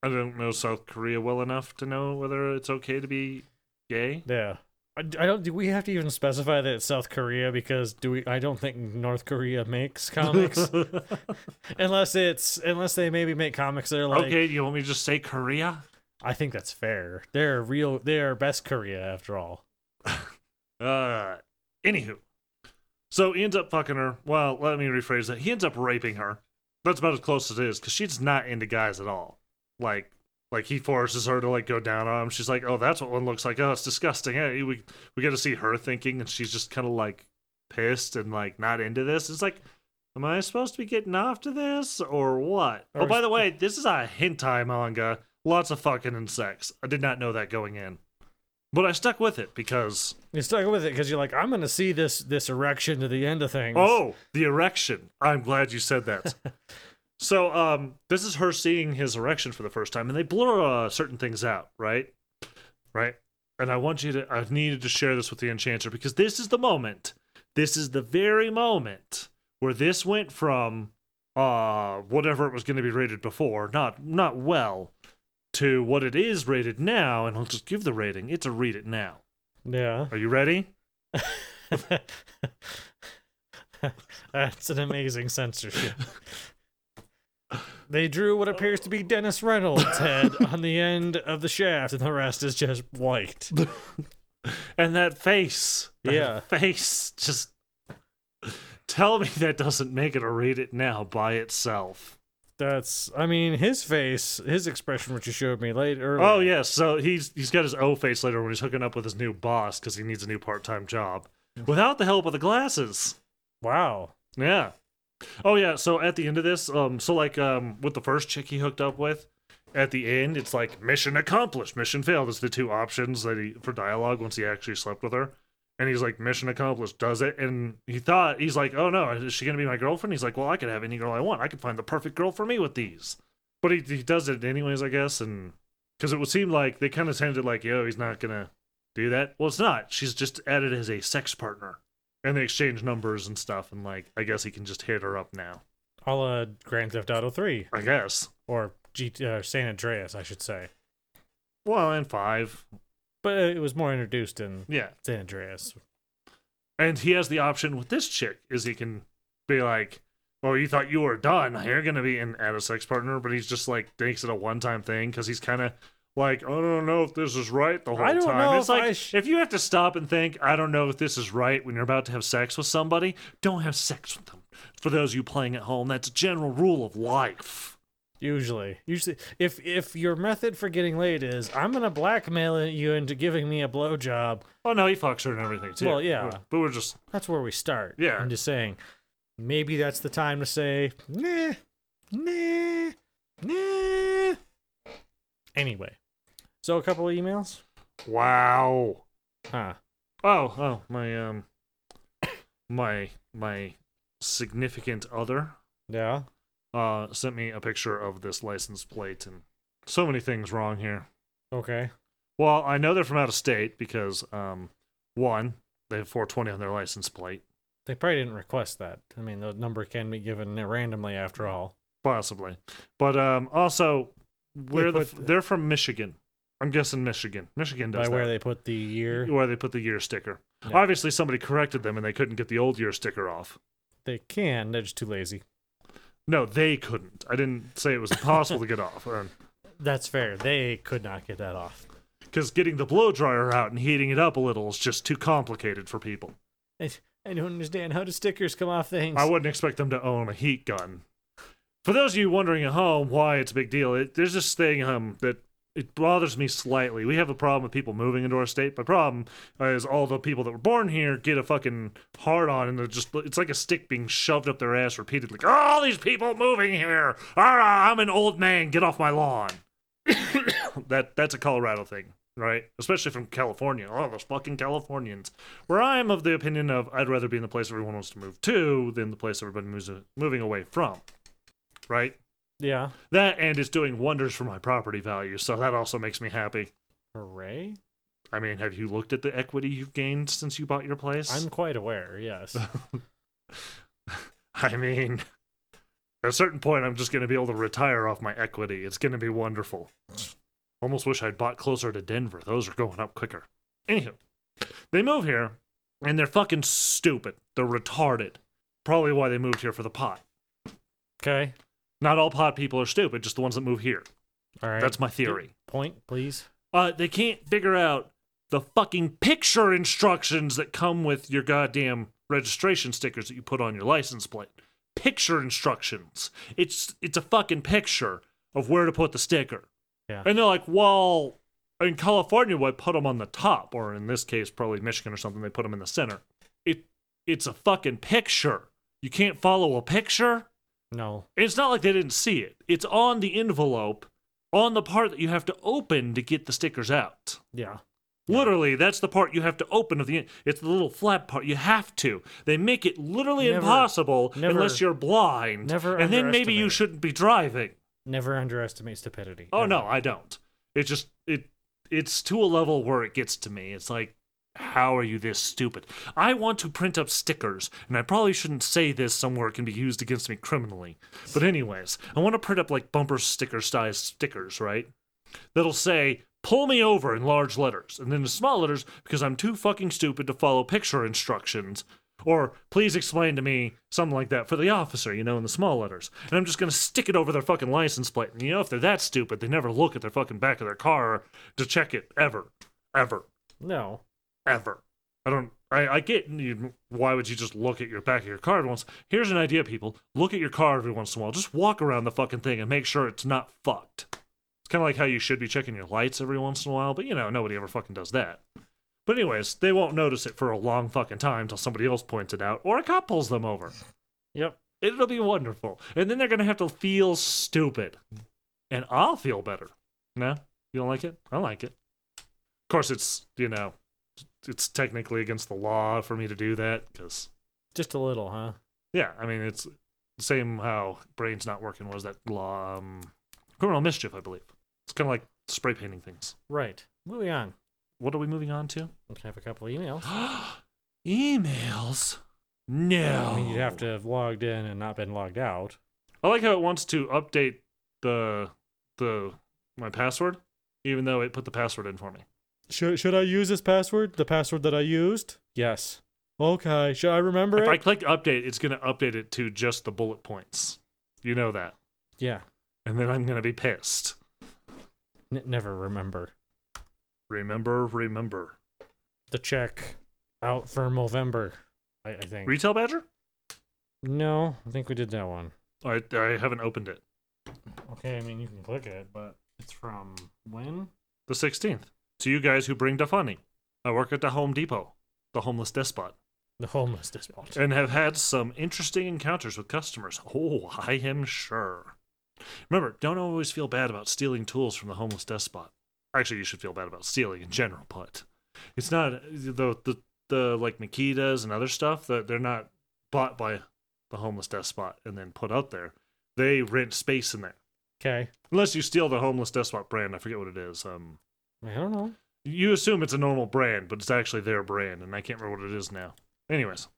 Speaker 2: I don't know South Korea well enough to know whether it's okay to be gay.
Speaker 1: Yeah. I, I don't. Do we have to even specify that it's South Korea? Because do we? I don't think North Korea makes comics, unless it's unless they maybe make comics that are like.
Speaker 2: okay, you want me to just say Korea?
Speaker 1: I think that's fair. They're real. They are best Korea after all.
Speaker 2: Uh, anywho, so he ends up fucking her. Well, let me rephrase that. He ends up raping her. That's about as close as it is because she's not into guys at all. Like, like he forces her to like go down on him. She's like, "Oh, that's what one looks like. Oh, it's disgusting." Hey, we we got to see her thinking, and she's just kind of like pissed and like not into this. It's like, am I supposed to be getting off to this or what?
Speaker 1: Or
Speaker 2: oh, by
Speaker 1: is-
Speaker 2: the way, this is a hentai manga. Lots of fucking and sex. I did not know that going in, but I stuck with it because
Speaker 1: You're stuck with it because you're like, I'm gonna see this this erection to the end of things.
Speaker 2: Oh, the erection. I'm glad you said that. so, um, this is her seeing his erection for the first time, and they blur uh, certain things out, right? Right. And I want you to, I've needed to share this with the Enchanter because this is the moment. This is the very moment where this went from uh whatever it was going to be rated before, not not well, to what it is rated now, and I'll just give the rating. It's a read it now.
Speaker 1: yeah,
Speaker 2: Are you ready?
Speaker 1: that's an amazing censorship. They drew what appears to be Dennis Reynolds' head on the end of the shaft, and the rest is just white.
Speaker 2: And that face. that
Speaker 1: Yeah.
Speaker 2: face. Just tell me that doesn't make it a read it now by itself.
Speaker 1: That's, I mean, his face, his expression, which you showed me later.
Speaker 2: Oh yes, so he's he's got his O face later when he's hooking up with his new boss because he needs a new part time job. Without the help of the glasses.
Speaker 1: wow.
Speaker 2: Yeah. Oh yeah, so at the end of this, um so like um with the first chick he hooked up with, at the end it's like mission accomplished, mission failed is the two options that he for dialogue once he actually slept with her. And he's like, mission accomplished, does it? And he thought he's like, oh no, is she gonna be my girlfriend? He's like, well, I could have any girl I want. I could find the perfect girl for me with these. But he he does it anyways, I guess, and because it would seem like they kind of tended like, yo, he's not gonna do that. Well, it's not. She's just added as a sex partner and they exchange numbers and stuff and like i guess he can just hit her up now
Speaker 1: A la Grand Theft Auto 3,
Speaker 2: i guess
Speaker 1: or G- uh, San Andreas, I should say.
Speaker 2: well and five
Speaker 1: but it was more introduced in
Speaker 2: Yeah.
Speaker 1: San Andreas.
Speaker 2: And he has the option with this chick is he can be like, "Oh, you thought you were done? You're gonna be an out of sex partner." But he's just like thinks it a one time thing because he's kind of like, "I don't know if this is right." The whole
Speaker 1: I don't
Speaker 2: time,
Speaker 1: know
Speaker 2: it's
Speaker 1: if
Speaker 2: like
Speaker 1: I sh-
Speaker 2: if you have to stop and think, "I don't know if this is right" when you're about to have sex with somebody, don't have sex with them. For those of you playing at home, that's a general rule of life.
Speaker 1: Usually, usually, if if your method for getting laid is I'm gonna blackmail you into giving me a blowjob,
Speaker 2: Oh no, he fucks her and everything too.
Speaker 1: Well, yeah.
Speaker 2: but we're just
Speaker 1: that's where we start.
Speaker 2: Yeah.
Speaker 1: I'm just saying, maybe that's the time to say nah, nah, nah. Anyway, so a couple of emails,
Speaker 2: wow.
Speaker 1: huh?
Speaker 2: Oh, oh, my um my my significant other
Speaker 1: Yeah.
Speaker 2: uh sent me a picture of this license plate and so many things wrong here.
Speaker 1: Okay.
Speaker 2: Well, I know they're from out of state because um one, they have 420 on their license plate,
Speaker 1: They probably didn't request that. I mean, the number can be given randomly after all.
Speaker 2: possibly. But um also where the,
Speaker 1: put
Speaker 2: f they're from Michigan. I'm guessing Michigan. Michigan does
Speaker 1: by where
Speaker 2: that.
Speaker 1: they put the year,
Speaker 2: where they put the year sticker.
Speaker 1: Yeah.
Speaker 2: Obviously somebody corrected them and they couldn't get the old year sticker off.
Speaker 1: they can. They're just too lazy.
Speaker 2: No, they couldn't. I didn't say it was impossible to get off.
Speaker 1: That's fair. They could not get that off.
Speaker 2: Because getting the blow dryer out and heating it up a little is just too complicated for people.
Speaker 1: I, I don't understand how do stickers come off things.
Speaker 2: I wouldn't expect them to own a heat gun. For those of you wondering at home why it's a big deal, it, there's this thing um, that it bothers me slightly. We have a problem with people moving into our state. My problem is all the people that were born here get a fucking hard on, and they're just it's like a stick being shoved up their ass repeatedly. "Oh, all these people moving here. Ah, I'm an old man. Get off my lawn. that that's a Colorado thing, right? Especially from California. Oh, those fucking Californians. Where I'm of the opinion of I'd rather be in the place everyone wants to move to than the place everybody moves moving away from. Right?
Speaker 1: yeah.
Speaker 2: That and it's doing wonders for my property value, so that also makes me happy.
Speaker 1: Hooray.
Speaker 2: I mean, have you looked at the equity you've gained since you bought your place?
Speaker 1: I'm quite aware, yes.
Speaker 2: I mean, at a certain point, I'm just going to be able to retire off my equity. It's going to be wonderful. Almost wish I'd bought closer to Denver. Those are going up quicker. Anywho, they move here, and they're fucking stupid. They're retarded. Probably why they moved here for the pot.
Speaker 1: Okay.
Speaker 2: Not all pot people are stupid, just the ones that move here.
Speaker 1: All right.
Speaker 2: That's my theory.
Speaker 1: point, please.
Speaker 2: Uh, they can't figure out the fucking picture instructions that come with your goddamn registration stickers that you put on your license plate. Picture instructions. It's it's a fucking picture of where to put the sticker.
Speaker 1: Yeah.
Speaker 2: And they're like, well, in California, we put them on the top, or in this case, probably Michigan or something. They put them in the center. It it's a fucking picture. You can't follow a picture.
Speaker 1: No.
Speaker 2: It's not like they didn't see it. It's on the envelope, on the part that you have to open to get the stickers out.
Speaker 1: Yeah.
Speaker 2: Literally, that's the part you have to open of the. It's the little flat part. You have to. They make it literally
Speaker 1: Never-
Speaker 2: impossible
Speaker 1: never-
Speaker 2: unless you're blind.
Speaker 1: never
Speaker 2: and then maybe you
Speaker 1: underestimate.
Speaker 2: shouldn't be driving.
Speaker 1: Never underestimate stupidity.
Speaker 2: Oh
Speaker 1: ever.
Speaker 2: no, I don't. It just it it's to a level where it gets to me. It's like how are you this stupid? I want to print up stickers, and I probably shouldn't say this somewhere it can be used against me criminally. But anyways, I want to print up like bumper sticker size stickers, right? That'll say pull me over in large letters and then in small letters because I'm too fucking stupid to follow picture instructions. Or please explain to me something like that for the officer, you know, in the small letters. And I'm just gonna stick it over their fucking license plate. And you know, if they're that stupid, they never look at their fucking back of their car to check it ever, ever,
Speaker 1: No.
Speaker 2: ever. I don't. I, I get. You, why would you just look at your back of your car every once? Here's an idea, people. Look at your car every once in a while. Just walk around the fucking thing and make sure it's not fucked. It's kind of like how you should be checking your lights every once in a while, but you know, nobody ever fucking does that. But anyways, they won't notice it for a long fucking time until somebody else points it out or a cop pulls them over.
Speaker 1: Yep.
Speaker 2: It'll be wonderful. And then they're going to have to feel stupid. And I'll feel better. No? You don't like it? I like it. Of course, it's, you know, it's technically against the law for me to do that because,
Speaker 1: Just a little, huh?
Speaker 2: yeah, I mean, it's the same how brains not working was that law, um, criminal mischief, I believe. It's kind of like spray painting things.
Speaker 1: Right. Moving on.
Speaker 2: What are we moving on to?
Speaker 1: We can have a couple of emails.
Speaker 2: Emails? No.
Speaker 1: I mean, you'd have to have logged in and not been logged out.
Speaker 2: I like how it wants to update the the my password, even though it put the password in for me.
Speaker 1: Should should I use this password? The password that I used? Yes. Okay. Should I remember
Speaker 2: If
Speaker 1: it?
Speaker 2: I click update, it's going to update it to just the bullet points. You know that.
Speaker 1: Yeah.
Speaker 2: And then I'm going to be pissed.
Speaker 1: N- never remember.
Speaker 2: Remember, remember.
Speaker 1: The check out for Movember. I, I think.
Speaker 2: Retail Badger?
Speaker 1: no, I think we did that one.
Speaker 2: I, I haven't opened it.
Speaker 1: Okay, I mean you can click it, but it's from when?
Speaker 2: The 16th. To you guys who bring the funny. I work at the Home Depot, the homeless despot,
Speaker 1: The homeless despot.
Speaker 2: and have had some interesting encounters with customers. Oh, I am sure. Remember, don't always feel bad about stealing tools from the homeless despot. Actually, you should feel bad about stealing in general, but it's not the the, the like Makitas and other stuff that they're not bought by the homeless despot and then put out there. They rent space in there.
Speaker 1: Okay.
Speaker 2: Unless you steal the homeless despot brand, I forget what it is. Um,
Speaker 1: I don't know.
Speaker 2: you assume it's a normal brand, but it's actually their brand, and I can't remember what it is now. Anyways,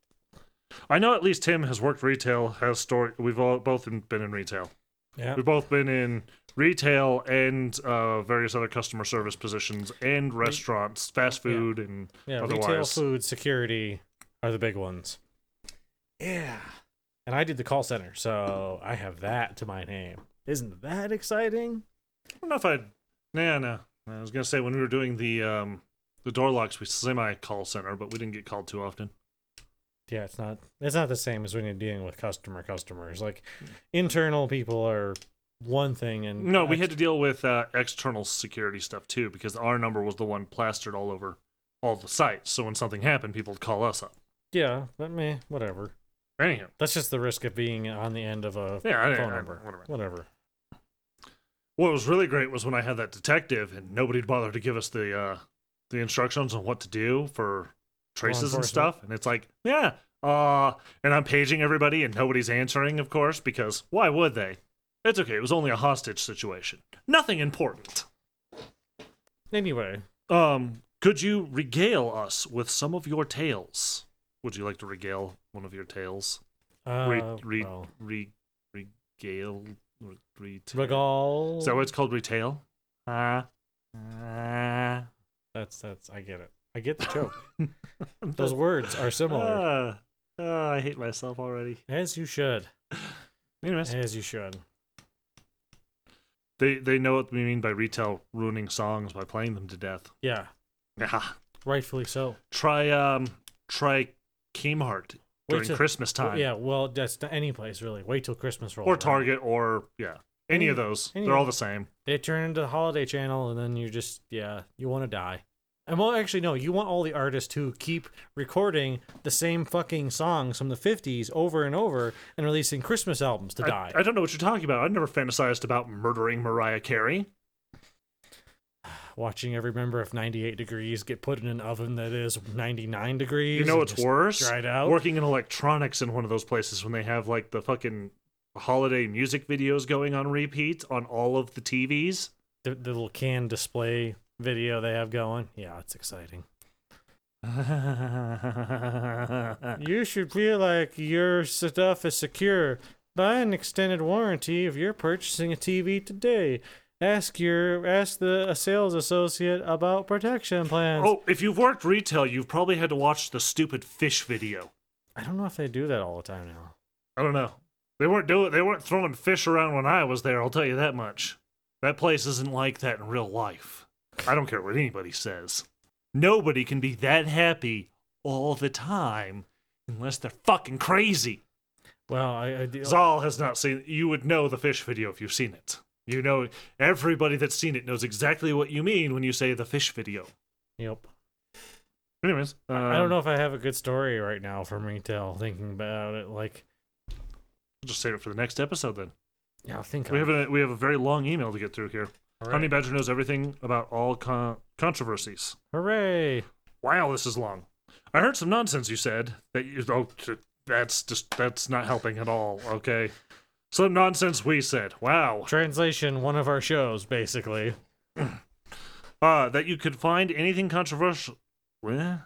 Speaker 2: I know at least Tim has worked retail, has store. We've all both been been in retail.
Speaker 1: Yeah.
Speaker 2: We've both been in retail and uh, various other customer service positions and restaurants, fast
Speaker 1: Yeah.
Speaker 2: food, and
Speaker 1: Yeah, retail,
Speaker 2: Otherwise-
Speaker 1: food, security are the big ones. Yeah. And I did the call center, so I have that to my name. Isn't that exciting?
Speaker 2: I don't know if I. Nah, nah. I was gonna say when we were doing the um the door locks, we semi call center, but we didn't get called too often.
Speaker 1: Yeah, it's not it's not the same as when you're dealing with customer customers. Like internal people are one thing and
Speaker 2: Hmm. No, we had
Speaker 1: ex-
Speaker 2: to deal with uh, external security stuff too because our number was the one plastered all over all the sites. So when something happened, people would call us up.
Speaker 1: Yeah, but meh, whatever.
Speaker 2: Anyhow,
Speaker 1: That's just the risk of being on the end of a
Speaker 2: yeah, I,
Speaker 1: phone
Speaker 2: I,
Speaker 1: number.
Speaker 2: whatever.
Speaker 1: Whatever.
Speaker 2: What was really great was when I had that detective and nobody bothered to give us the uh, the instructions on what to do for traces and
Speaker 1: enforcement.
Speaker 2: stuff. And it's like, yeah, uh, and I'm paging everybody and nobody's answering, of course, because why would they? It's okay. It was only a hostage situation. Nothing important.
Speaker 1: Anyway,
Speaker 2: Um, could you regale us with some of your tales? Would you like to regale one of your tales?
Speaker 1: uh,
Speaker 2: Re, re,
Speaker 1: well,
Speaker 2: re, regale, re, retail.
Speaker 1: regal.
Speaker 2: Is that what it's called? Retail.
Speaker 1: Uh,
Speaker 2: Ah, ah.
Speaker 1: that's that's I get it. I get the joke. Those words are similar.
Speaker 2: Ah, ah, I hate myself already.
Speaker 1: As you should.
Speaker 2: Anyways,
Speaker 1: As you should.
Speaker 2: they they know what we mean by retail ruining songs by playing them to death.
Speaker 1: Yeah,
Speaker 2: Yeah.
Speaker 1: rightfully so.
Speaker 2: Try um try Kmart during
Speaker 1: till-
Speaker 2: Christmas time.
Speaker 1: Yeah, well, that's not any place really. Wait till Christmas rolls.
Speaker 2: Or
Speaker 1: around.
Speaker 2: Target or yeah. Any,
Speaker 1: Any-
Speaker 2: of those.
Speaker 1: any
Speaker 2: They're
Speaker 1: of
Speaker 2: all the same.
Speaker 1: They turn into the holiday channel, and then you just yeah, you want to die. And well, actually, no. You want all the artists who keep recording the same fucking songs from the '50s over and over and releasing Christmas albums to
Speaker 2: I-
Speaker 1: die.
Speaker 2: I, don't know what you're talking about. I never fantasized about murdering Mariah Carey.
Speaker 1: Watching every member of 98 Degrees get put in an oven that is 99 degrees.
Speaker 2: You know
Speaker 1: and
Speaker 2: what's
Speaker 1: just
Speaker 2: worse?
Speaker 1: Dried out.
Speaker 2: Working in electronics in one of those places when they have like the fucking holiday music videos going on repeat on all of the TVs.
Speaker 1: the, the little can display video they have going. Yeah, it's exciting. You should feel like your stuff is secure. Buy an extended warranty if you're purchasing a TV today. Ask your ask the a sales associate about protection plans.
Speaker 2: oh, if you've worked retail, you've probably had to watch the stupid fish video.
Speaker 1: I don't know if they do that all the time now.
Speaker 2: I don't know. They weren't doing they weren't throwing fish around when I was there, I'll tell you that much. That place isn't like that in real life. I don't care what anybody says. Nobody can be that happy all the time unless they're fucking crazy.
Speaker 1: Well, I, I do.
Speaker 2: Zal has not seen you would know the fish video if you've seen it. You know everybody that's seen it knows exactly what you mean when you say the fish video.
Speaker 1: Yep.
Speaker 2: Anyways,
Speaker 1: I don't
Speaker 2: um,
Speaker 1: know if I have a good story right now from retail. Thinking about it, like
Speaker 2: Just save it for the next episode then.
Speaker 1: yeah, I'll think
Speaker 2: We
Speaker 1: of
Speaker 2: have a we have a very long email to get through here.
Speaker 1: All
Speaker 2: Honey
Speaker 1: right.
Speaker 2: Badger knows everything about all con- controversies.
Speaker 1: Hooray!
Speaker 2: Wow, this is long. I heard some nonsense you said that you. Oh, t- that's just that's not helping at all. Okay, some nonsense we said. Wow,
Speaker 1: Translation: one of our shows, basically.
Speaker 2: uh, that you could find anything controversial. What?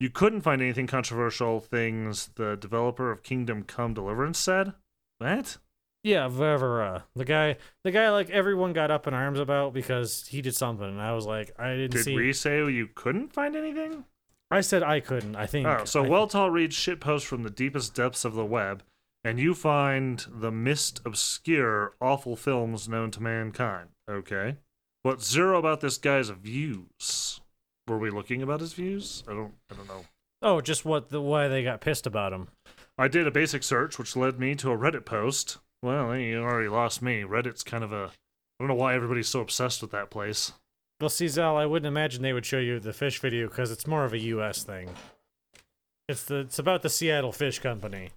Speaker 2: You couldn't find anything controversial. Things the developer of Kingdom Come Deliverance said. What?
Speaker 1: Yeah, Vevera, the guy, the guy like everyone got up in arms about because he did something, and I was like, I didn't
Speaker 2: Did
Speaker 1: see.
Speaker 2: we say you couldn't find anything?
Speaker 1: I said I couldn't. I think.
Speaker 2: Oh, so
Speaker 1: I-
Speaker 2: Welltall reads shitposts from the deepest depths of the web, and you find the mist obscure, awful films known to mankind. Okay. What zero about this guy's views? Were we looking about his views? I don't I don't know.
Speaker 1: Oh, just what the why they got pissed about him.
Speaker 2: I did a basic search which led me to a Reddit post. Well, you already lost me. Reddit's kind of a I don't know why everybody's so obsessed with that place.
Speaker 1: Well, see, Zal, I wouldn't imagine they would show you the fish video because it's more of a U.S. thing. It's the it's about the Seattle Fish Company.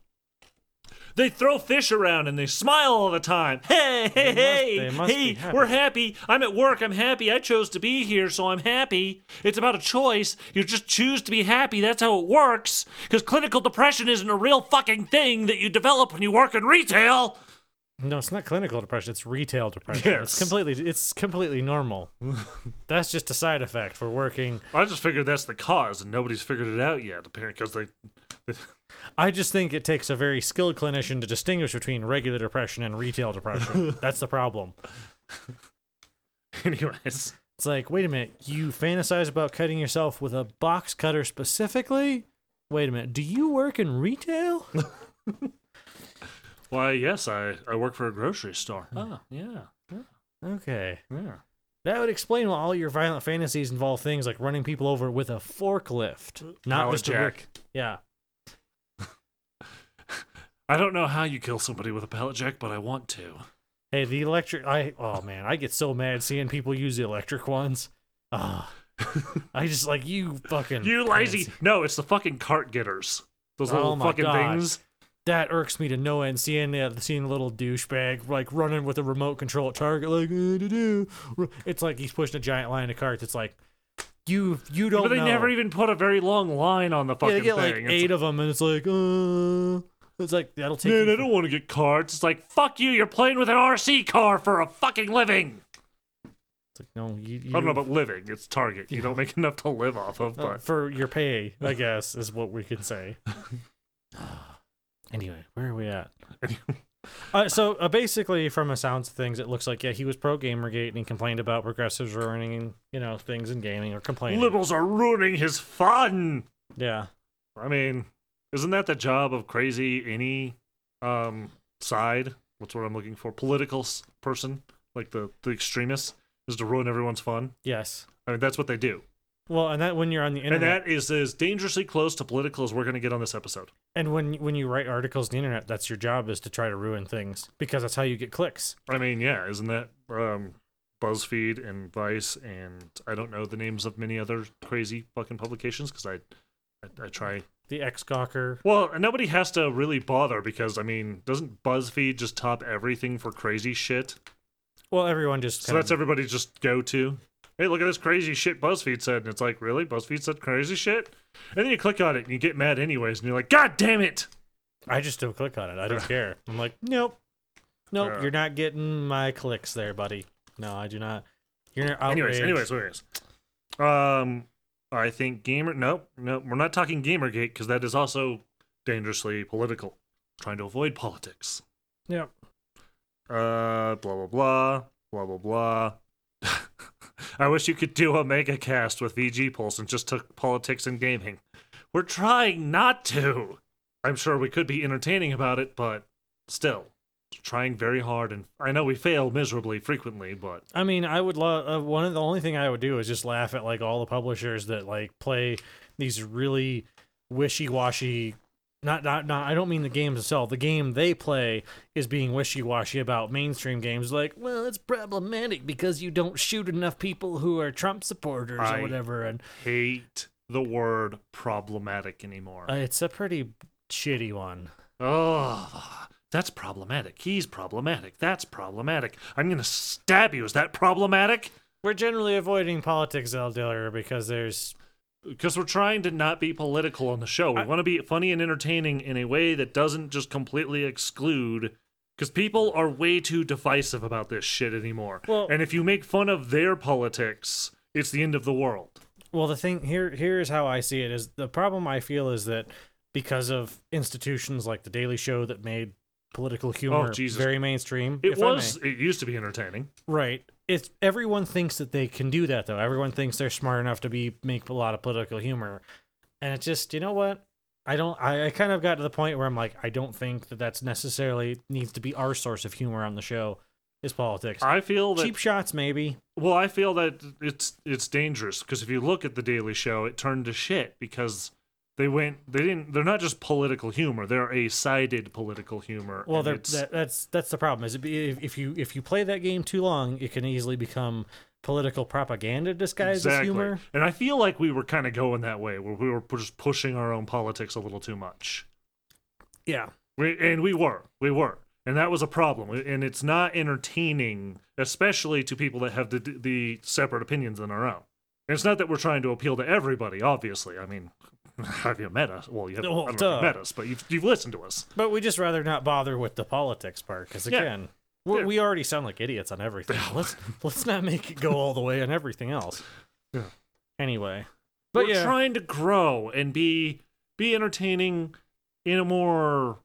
Speaker 2: They throw fish around and they smile all the time. Hey,
Speaker 1: They
Speaker 2: hey, hey,
Speaker 1: must- they must
Speaker 2: hey,
Speaker 1: be happy.
Speaker 2: we're happy. I'm at work. I'm happy. I chose to be here, so I'm happy. It's about a choice. You just choose to be happy. That's how it works. Because clinical depression isn't a real fucking thing that you develop when you work in retail.
Speaker 1: No, it's not clinical depression. It's retail depression. It's
Speaker 2: Yes.
Speaker 1: completely it's completely normal. That's just a side effect for working.
Speaker 2: I just figured that's the cause, and nobody's figured it out yet, apparently, because they.
Speaker 1: I just think it takes a very skilled clinician to distinguish between regular depression and retail depression. That's the problem.
Speaker 2: Anyways.
Speaker 1: It's like, wait a minute, you fantasize about cutting yourself with a box cutter specifically? Wait a minute, do you work in retail?
Speaker 2: Why, yes, I, I work for a grocery store. Oh, yeah.
Speaker 1: okay.
Speaker 2: Yeah.
Speaker 1: That would explain why all your violent fantasies involve things like running people over with a forklift, not
Speaker 2: Power
Speaker 1: just a
Speaker 2: jack.
Speaker 1: brick. Yeah.
Speaker 2: I don't know how you kill somebody with a pallet jack, but I want to.
Speaker 1: Hey, the electric. I oh man, I get so mad seeing people use the electric ones. Ah, I just like you fucking
Speaker 2: You lazy.
Speaker 1: fancy-
Speaker 2: No, it's the fucking cart getters. Those
Speaker 1: Oh
Speaker 2: little
Speaker 1: my
Speaker 2: fucking
Speaker 1: God.
Speaker 2: things.
Speaker 1: That irks me to no end. Seeing the seeing the little douchebag like running with a remote control at Target, like "Uh, do, do." it's like he's pushing a giant line of carts. It's like you you don't.
Speaker 2: But they
Speaker 1: know.
Speaker 2: never even put a very long line on the
Speaker 1: Yeah,
Speaker 2: fucking
Speaker 1: they get like
Speaker 2: thing.
Speaker 1: eight of them, and it's like uh, it's like that'll
Speaker 2: it's
Speaker 1: take.
Speaker 2: like,
Speaker 1: you
Speaker 2: Man, I don't want to get carts. It's like, fuck you, you're playing with an RC car for a fucking living.
Speaker 1: It's like, no, you. you
Speaker 2: I don't know about living. It's Target. You don't make enough to live off of,
Speaker 1: Uh,
Speaker 2: but
Speaker 1: for your pay, I guess, is what we can say. anyway, where are we at? uh, so uh, basically, from the sounds of things, it looks like yeah, he was pro Gamergate and he complained about progressives ruining you know things in gaming or complaining.
Speaker 2: liberals are ruining his fun.
Speaker 1: Yeah,
Speaker 2: I mean, isn't that the job of crazy any um side? What's what I'm looking for? Political s- person, like the the extremists, is to ruin everyone's fun.
Speaker 1: yes.
Speaker 2: I mean, that's what they do.
Speaker 1: Well, and that when you're on the internet,
Speaker 2: And
Speaker 1: and,
Speaker 2: that is as dangerously close to political as we're going to get on this episode.
Speaker 1: when when you write articles on the internet, that's your job is to try to ruin things because that's how you get clicks.
Speaker 2: I mean, yeah, isn't that um, BuzzFeed and Vice and I don't know the names of many other crazy fucking publications because I, I I try.
Speaker 1: The X Gawker.
Speaker 2: Well, and nobody has to really bother because I mean, doesn't BuzzFeed just top everything for crazy shit?
Speaker 1: Well, everyone just
Speaker 2: So
Speaker 1: kinda-
Speaker 2: that's everybody just go to. Hey, look at this crazy shit BuzzFeed said, and it's like, really? BuzzFeed said crazy shit? And then you click on it and you get mad anyways, and you're like, God damn it!
Speaker 1: I just don't click on it. I don't care. I'm like, nope, nope.
Speaker 2: Yeah.
Speaker 1: You're not getting my clicks there, buddy. No, I do not. You're outraged.
Speaker 2: Anyways, anyways, anyways. Um, I think gamer. Nope, nope. We're not talking GamerGate because that is also dangerously political. Trying to avoid politics.
Speaker 1: Yep.
Speaker 2: Uh, blah blah blah blah blah blah. I wish you could do a mega cast with VG Pulse and just took politics and gaming. We're trying not to. I'm sure we could be entertaining about it, but still, trying very hard. And I know we fail miserably frequently, but
Speaker 1: I mean, I would love uh, one of the only thing I would do is just laugh at like all the publishers that like play these really wishy-washy. Not, not, not. I don't mean the games itself. The game they play is being wishy-washy about mainstream games. Like, well, it's problematic because you don't shoot enough people who are Trump supporters or
Speaker 2: I-
Speaker 1: whatever. And
Speaker 2: hate the word problematic anymore.
Speaker 1: uh, it's a pretty shitty one.
Speaker 2: oh, that's problematic. He's problematic. That's problematic. I'm going to stab you. Is that problematic?
Speaker 1: We're generally avoiding politics, El Diller, because there's
Speaker 2: Because we're trying to not be political on the show. We want to be funny and entertaining in a way that doesn't just completely exclude. Because people are way too divisive about this shit anymore.
Speaker 1: Well-
Speaker 2: and if you make fun of their politics, it's the end of the world.
Speaker 1: well, the thing here here is how I see it is the problem I feel is that because of institutions like the Daily Show that made political humor.
Speaker 2: Oh, Jesus.
Speaker 1: Very mainstream.
Speaker 2: It
Speaker 1: if I may.
Speaker 2: was. It used to be entertaining.
Speaker 1: right. It's everyone thinks that they can do that though. Everyone thinks they're smart enough to be make a lot of political humor, and it's just you know what. I don't. I, I kind of got to the point where I'm like, I don't think that that's necessarily needs to be our source of humor on the show. Is politics
Speaker 2: I feel that.
Speaker 1: cheap shots? Maybe
Speaker 2: Well, I feel that it's it's dangerous because if you look at the Daily Show, it turned to shit because they went. They didn't. They're not just political humor. They're a sided political humor.
Speaker 1: Well,
Speaker 2: and
Speaker 1: there-
Speaker 2: it's-
Speaker 1: that, that's that's the problem. Is it, be- if, if you if you play that game too long, it can easily become political propaganda disguised as humor.
Speaker 2: And I feel like we were kind of going that way, where we were pu- just pushing our own politics a little too much.
Speaker 1: Yeah,
Speaker 2: We, and we were, we were, and that was a problem. And it's not entertaining, especially to people that have the the separate opinions than our own. And it's not that we're trying to appeal to everybody. Obviously, I mean, have you met us? Well, you haven't,
Speaker 1: Well,
Speaker 2: I don't know if you've
Speaker 1: duh.
Speaker 2: met us, but you've you've listened to us.
Speaker 1: but we just rather not bother with the politics part because
Speaker 2: Yeah.
Speaker 1: again, we're
Speaker 2: Yeah.
Speaker 1: we already sound like idiots on everything. let's let's not make it go all the way on everything else.
Speaker 2: Yeah.
Speaker 1: Anyway, but
Speaker 2: we're
Speaker 1: yeah,
Speaker 2: trying to grow and be be entertaining in a more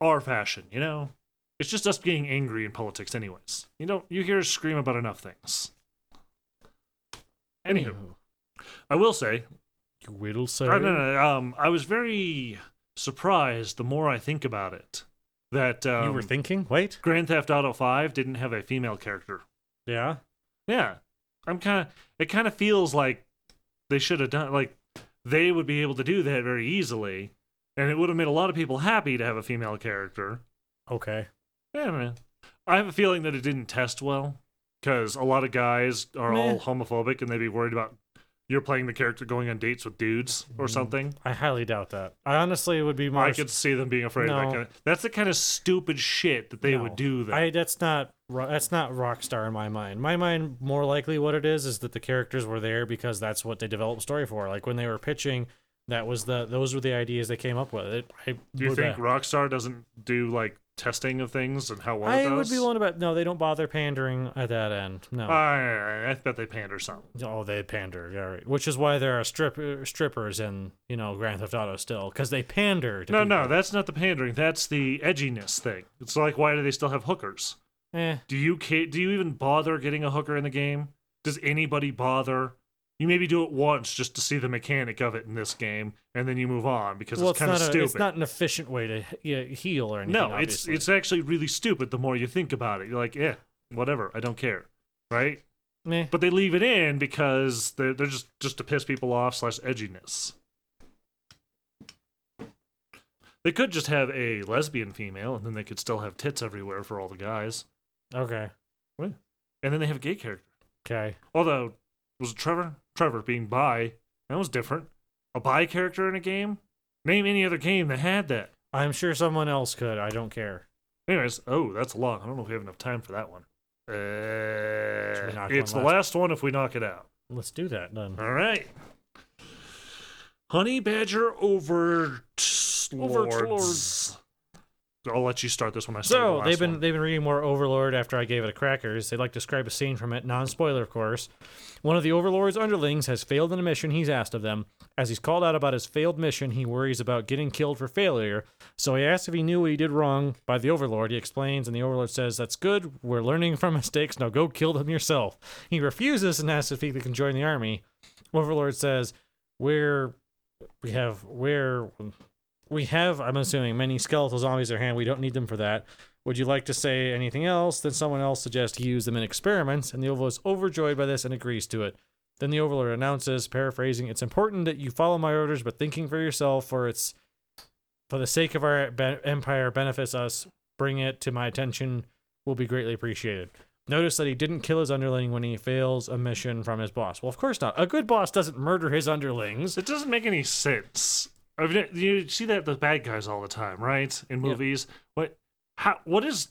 Speaker 2: our fashion, you know? It's just us getting angry in politics anyways. You know, you hear us scream about enough things. Anywho,
Speaker 1: Anywho,
Speaker 2: I will say,
Speaker 1: you whittle say
Speaker 2: I, no, no, um, I was very surprised the more I think about it that um,
Speaker 1: you were thinking. Wait,
Speaker 2: Grand Theft Auto 5 didn't have a female character.
Speaker 1: yeah,
Speaker 2: Yeah. I'm kind of it kind of feels like they should have done like they would be able to do that very easily and it would have made a lot of people happy to have a female character.
Speaker 1: okay,
Speaker 2: Yeah, man. I have a feeling that it didn't test well cuz a lot of guys are all
Speaker 1: Meh.
Speaker 2: homophobic and they'd be worried about you're playing the character going on dates with dudes or
Speaker 1: Mm-hmm.
Speaker 2: something.
Speaker 1: I highly doubt that. I honestly would be more.
Speaker 2: I could see them being afraid of
Speaker 1: No.
Speaker 2: that kind of, That's the kind of stupid shit that they would
Speaker 1: No.
Speaker 2: do that.
Speaker 1: I that's not ro- that's not Rockstar in my mind. My mind more likely what it is is that the characters were there because that's what they developed story for. Like when they were pitching, that was the those were the ideas they came up with. It, I
Speaker 2: do you
Speaker 1: would uh,
Speaker 2: think
Speaker 1: bet-
Speaker 2: Rockstar doesn't do like testing of things and how well it
Speaker 1: I would
Speaker 2: does?
Speaker 1: be willing to bet no, they don't bother pandering at that end. No.
Speaker 2: Uh, I, I bet they pander some.
Speaker 1: oh, they pander. All right. Which is why there are strip, uh, strippers in, you know, Grand Theft Auto still cuz they pander to
Speaker 2: No,
Speaker 1: people.
Speaker 2: no, that's not the pandering. That's the edginess thing. It's like, why do they still have hookers?
Speaker 1: Eh,
Speaker 2: Do you ca- do you even bother getting a hooker in the game? Does anybody bother? You maybe do it once just to see the mechanic of it in this game, and then you move on because
Speaker 1: well,
Speaker 2: it's
Speaker 1: it's,
Speaker 2: kind of
Speaker 1: not
Speaker 2: stupid.
Speaker 1: A, it's not an efficient way to yeah, heal or anything.
Speaker 2: no, it's
Speaker 1: obviously.
Speaker 2: it's actually really stupid. The more you think about it, you're like, eh, whatever, I don't care, right?
Speaker 1: Meh.
Speaker 2: But they leave it in because they're they're just just to piss people off slash edginess. They could just have a lesbian female, and then they could still have tits everywhere for all the guys,
Speaker 1: Eh, okay.
Speaker 2: and then they have a gay character.
Speaker 1: Okay.
Speaker 2: Although, was it Trevor? Trevor being bi, that was different. A bi character in a game? Name any other game that had that.
Speaker 1: I'm sure someone else could. I don't care.
Speaker 2: Anyways, oh, that's long. I don't know if we have enough time for that one. Uh,
Speaker 1: we knock
Speaker 2: it's
Speaker 1: one
Speaker 2: the last one if we knock it out.
Speaker 1: Let's do that then.
Speaker 2: All right. Honey Badger over Overlords. I'll let you start this one. I started the
Speaker 1: So
Speaker 2: last
Speaker 1: they've been
Speaker 2: one.
Speaker 1: they've been reading more Overlord after I gave it a crackers. They'd like to describe a scene from it, non spoiler of course. One of the Overlord's underlings has failed in a mission he's asked of them. As he's called out about his failed mission, he worries about getting killed for failure. So he asks if he knew what he did wrong by the Overlord. He explains, and the Overlord says, "That's good. We're learning from mistakes. Now go kill them yourself." He refuses and asks if he can join the army. Overlord says, "We're we have we're we have, I'm assuming, many skeletal zombies in our hand. We don't need them for that. Would you like to say anything else? Then someone else suggests he use them in experiments, and the Overlord is overjoyed by this and agrees to it. Then the Overlord announces, paraphrasing, "It's important that you follow my orders, but thinking for yourself, for it's for the sake of our be- empire benefits us. Bring it to my attention. Will be greatly appreciated." Notice that he didn't kill his underling when he fails a mission from his boss. Well, of course not. A good boss doesn't murder his underlings.
Speaker 2: It doesn't make any sense. I mean, you see that the bad guys all the time, right? In movies, what, how, what is?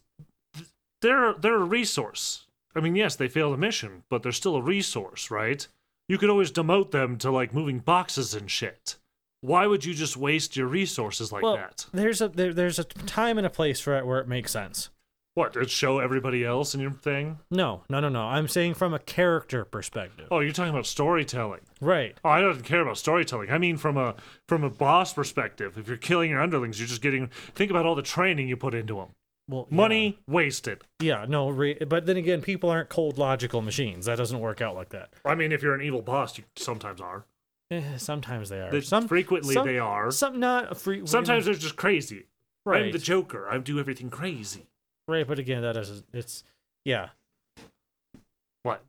Speaker 2: They're they're a resource. I mean, yes, they failed a mission, but they're still a resource, right? You could always demote them to like moving boxes and shit. Why would you just waste your resources like
Speaker 1: well,
Speaker 2: that?
Speaker 1: there's a there, there's a time and a place for it where it makes sense.
Speaker 2: What? It show everybody else in your thing?
Speaker 1: No, no, no, no. I'm saying from a character perspective.
Speaker 2: Oh, you're talking about storytelling.
Speaker 1: Right.
Speaker 2: Oh, I don't care about storytelling. I mean, from a from a boss perspective, if you're killing your underlings, you're just getting. Think about all the training you put into them.
Speaker 1: well, yeah.
Speaker 2: Money wasted.
Speaker 1: Yeah, no, re- but then again, people aren't cold logical machines. That doesn't work out like that.
Speaker 2: I mean, if you're an evil boss, you sometimes are.
Speaker 1: Eh, sometimes they are.
Speaker 2: They-
Speaker 1: some
Speaker 2: frequently
Speaker 1: some-
Speaker 2: they are.
Speaker 1: Some not free.
Speaker 2: Sometimes they're just crazy. I'm
Speaker 1: right,
Speaker 2: the Joker. I do everything crazy.
Speaker 1: right, but again, that is it's yeah.
Speaker 2: What?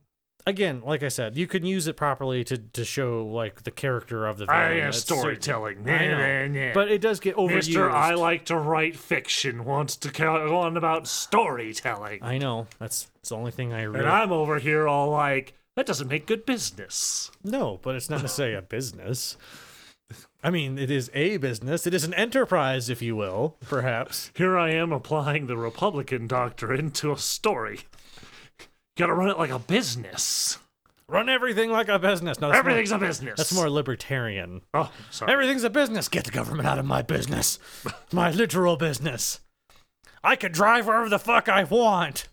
Speaker 1: Again, like I said, you can use it properly to to show like the character of the.
Speaker 2: I
Speaker 1: villain.
Speaker 2: am
Speaker 1: That's certain.
Speaker 2: storytelling.
Speaker 1: I know. But it does get overused.
Speaker 2: Mister, I like to write fiction. Wants to go on about storytelling,
Speaker 1: I know that's it's the only thing I really
Speaker 2: and I'm over here all like, that doesn't make good business.
Speaker 1: no, but it's not necessarily a business. I mean, it is a business. It is an enterprise, if you will, perhaps.
Speaker 2: Here I am applying the Republican doctrine to a story. Gotta run it like a business.
Speaker 1: Run everything like a business. No, that's
Speaker 2: Everything's
Speaker 1: more,
Speaker 2: a business.
Speaker 1: that's more libertarian.
Speaker 2: Oh, sorry.
Speaker 1: Everything's a business. Get the government out of my business, my literal business. I could drive wherever the fuck I want.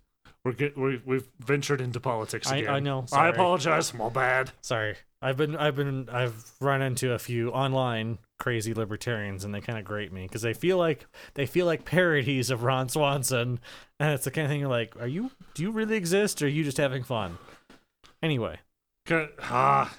Speaker 2: We're get, we, we've ventured into politics
Speaker 1: I-
Speaker 2: again.
Speaker 1: I know,
Speaker 2: I
Speaker 1: sorry.
Speaker 2: apologize. My bad.
Speaker 1: Sorry, I've been, I've been, I've run into a few online crazy libertarians, and they kind of grate me because they feel like they feel like parodies of Ron Swanson, and it's the kind of thing you're like, are you, do you really exist, or are you just having fun? Anyway,
Speaker 2: Ca- Ah,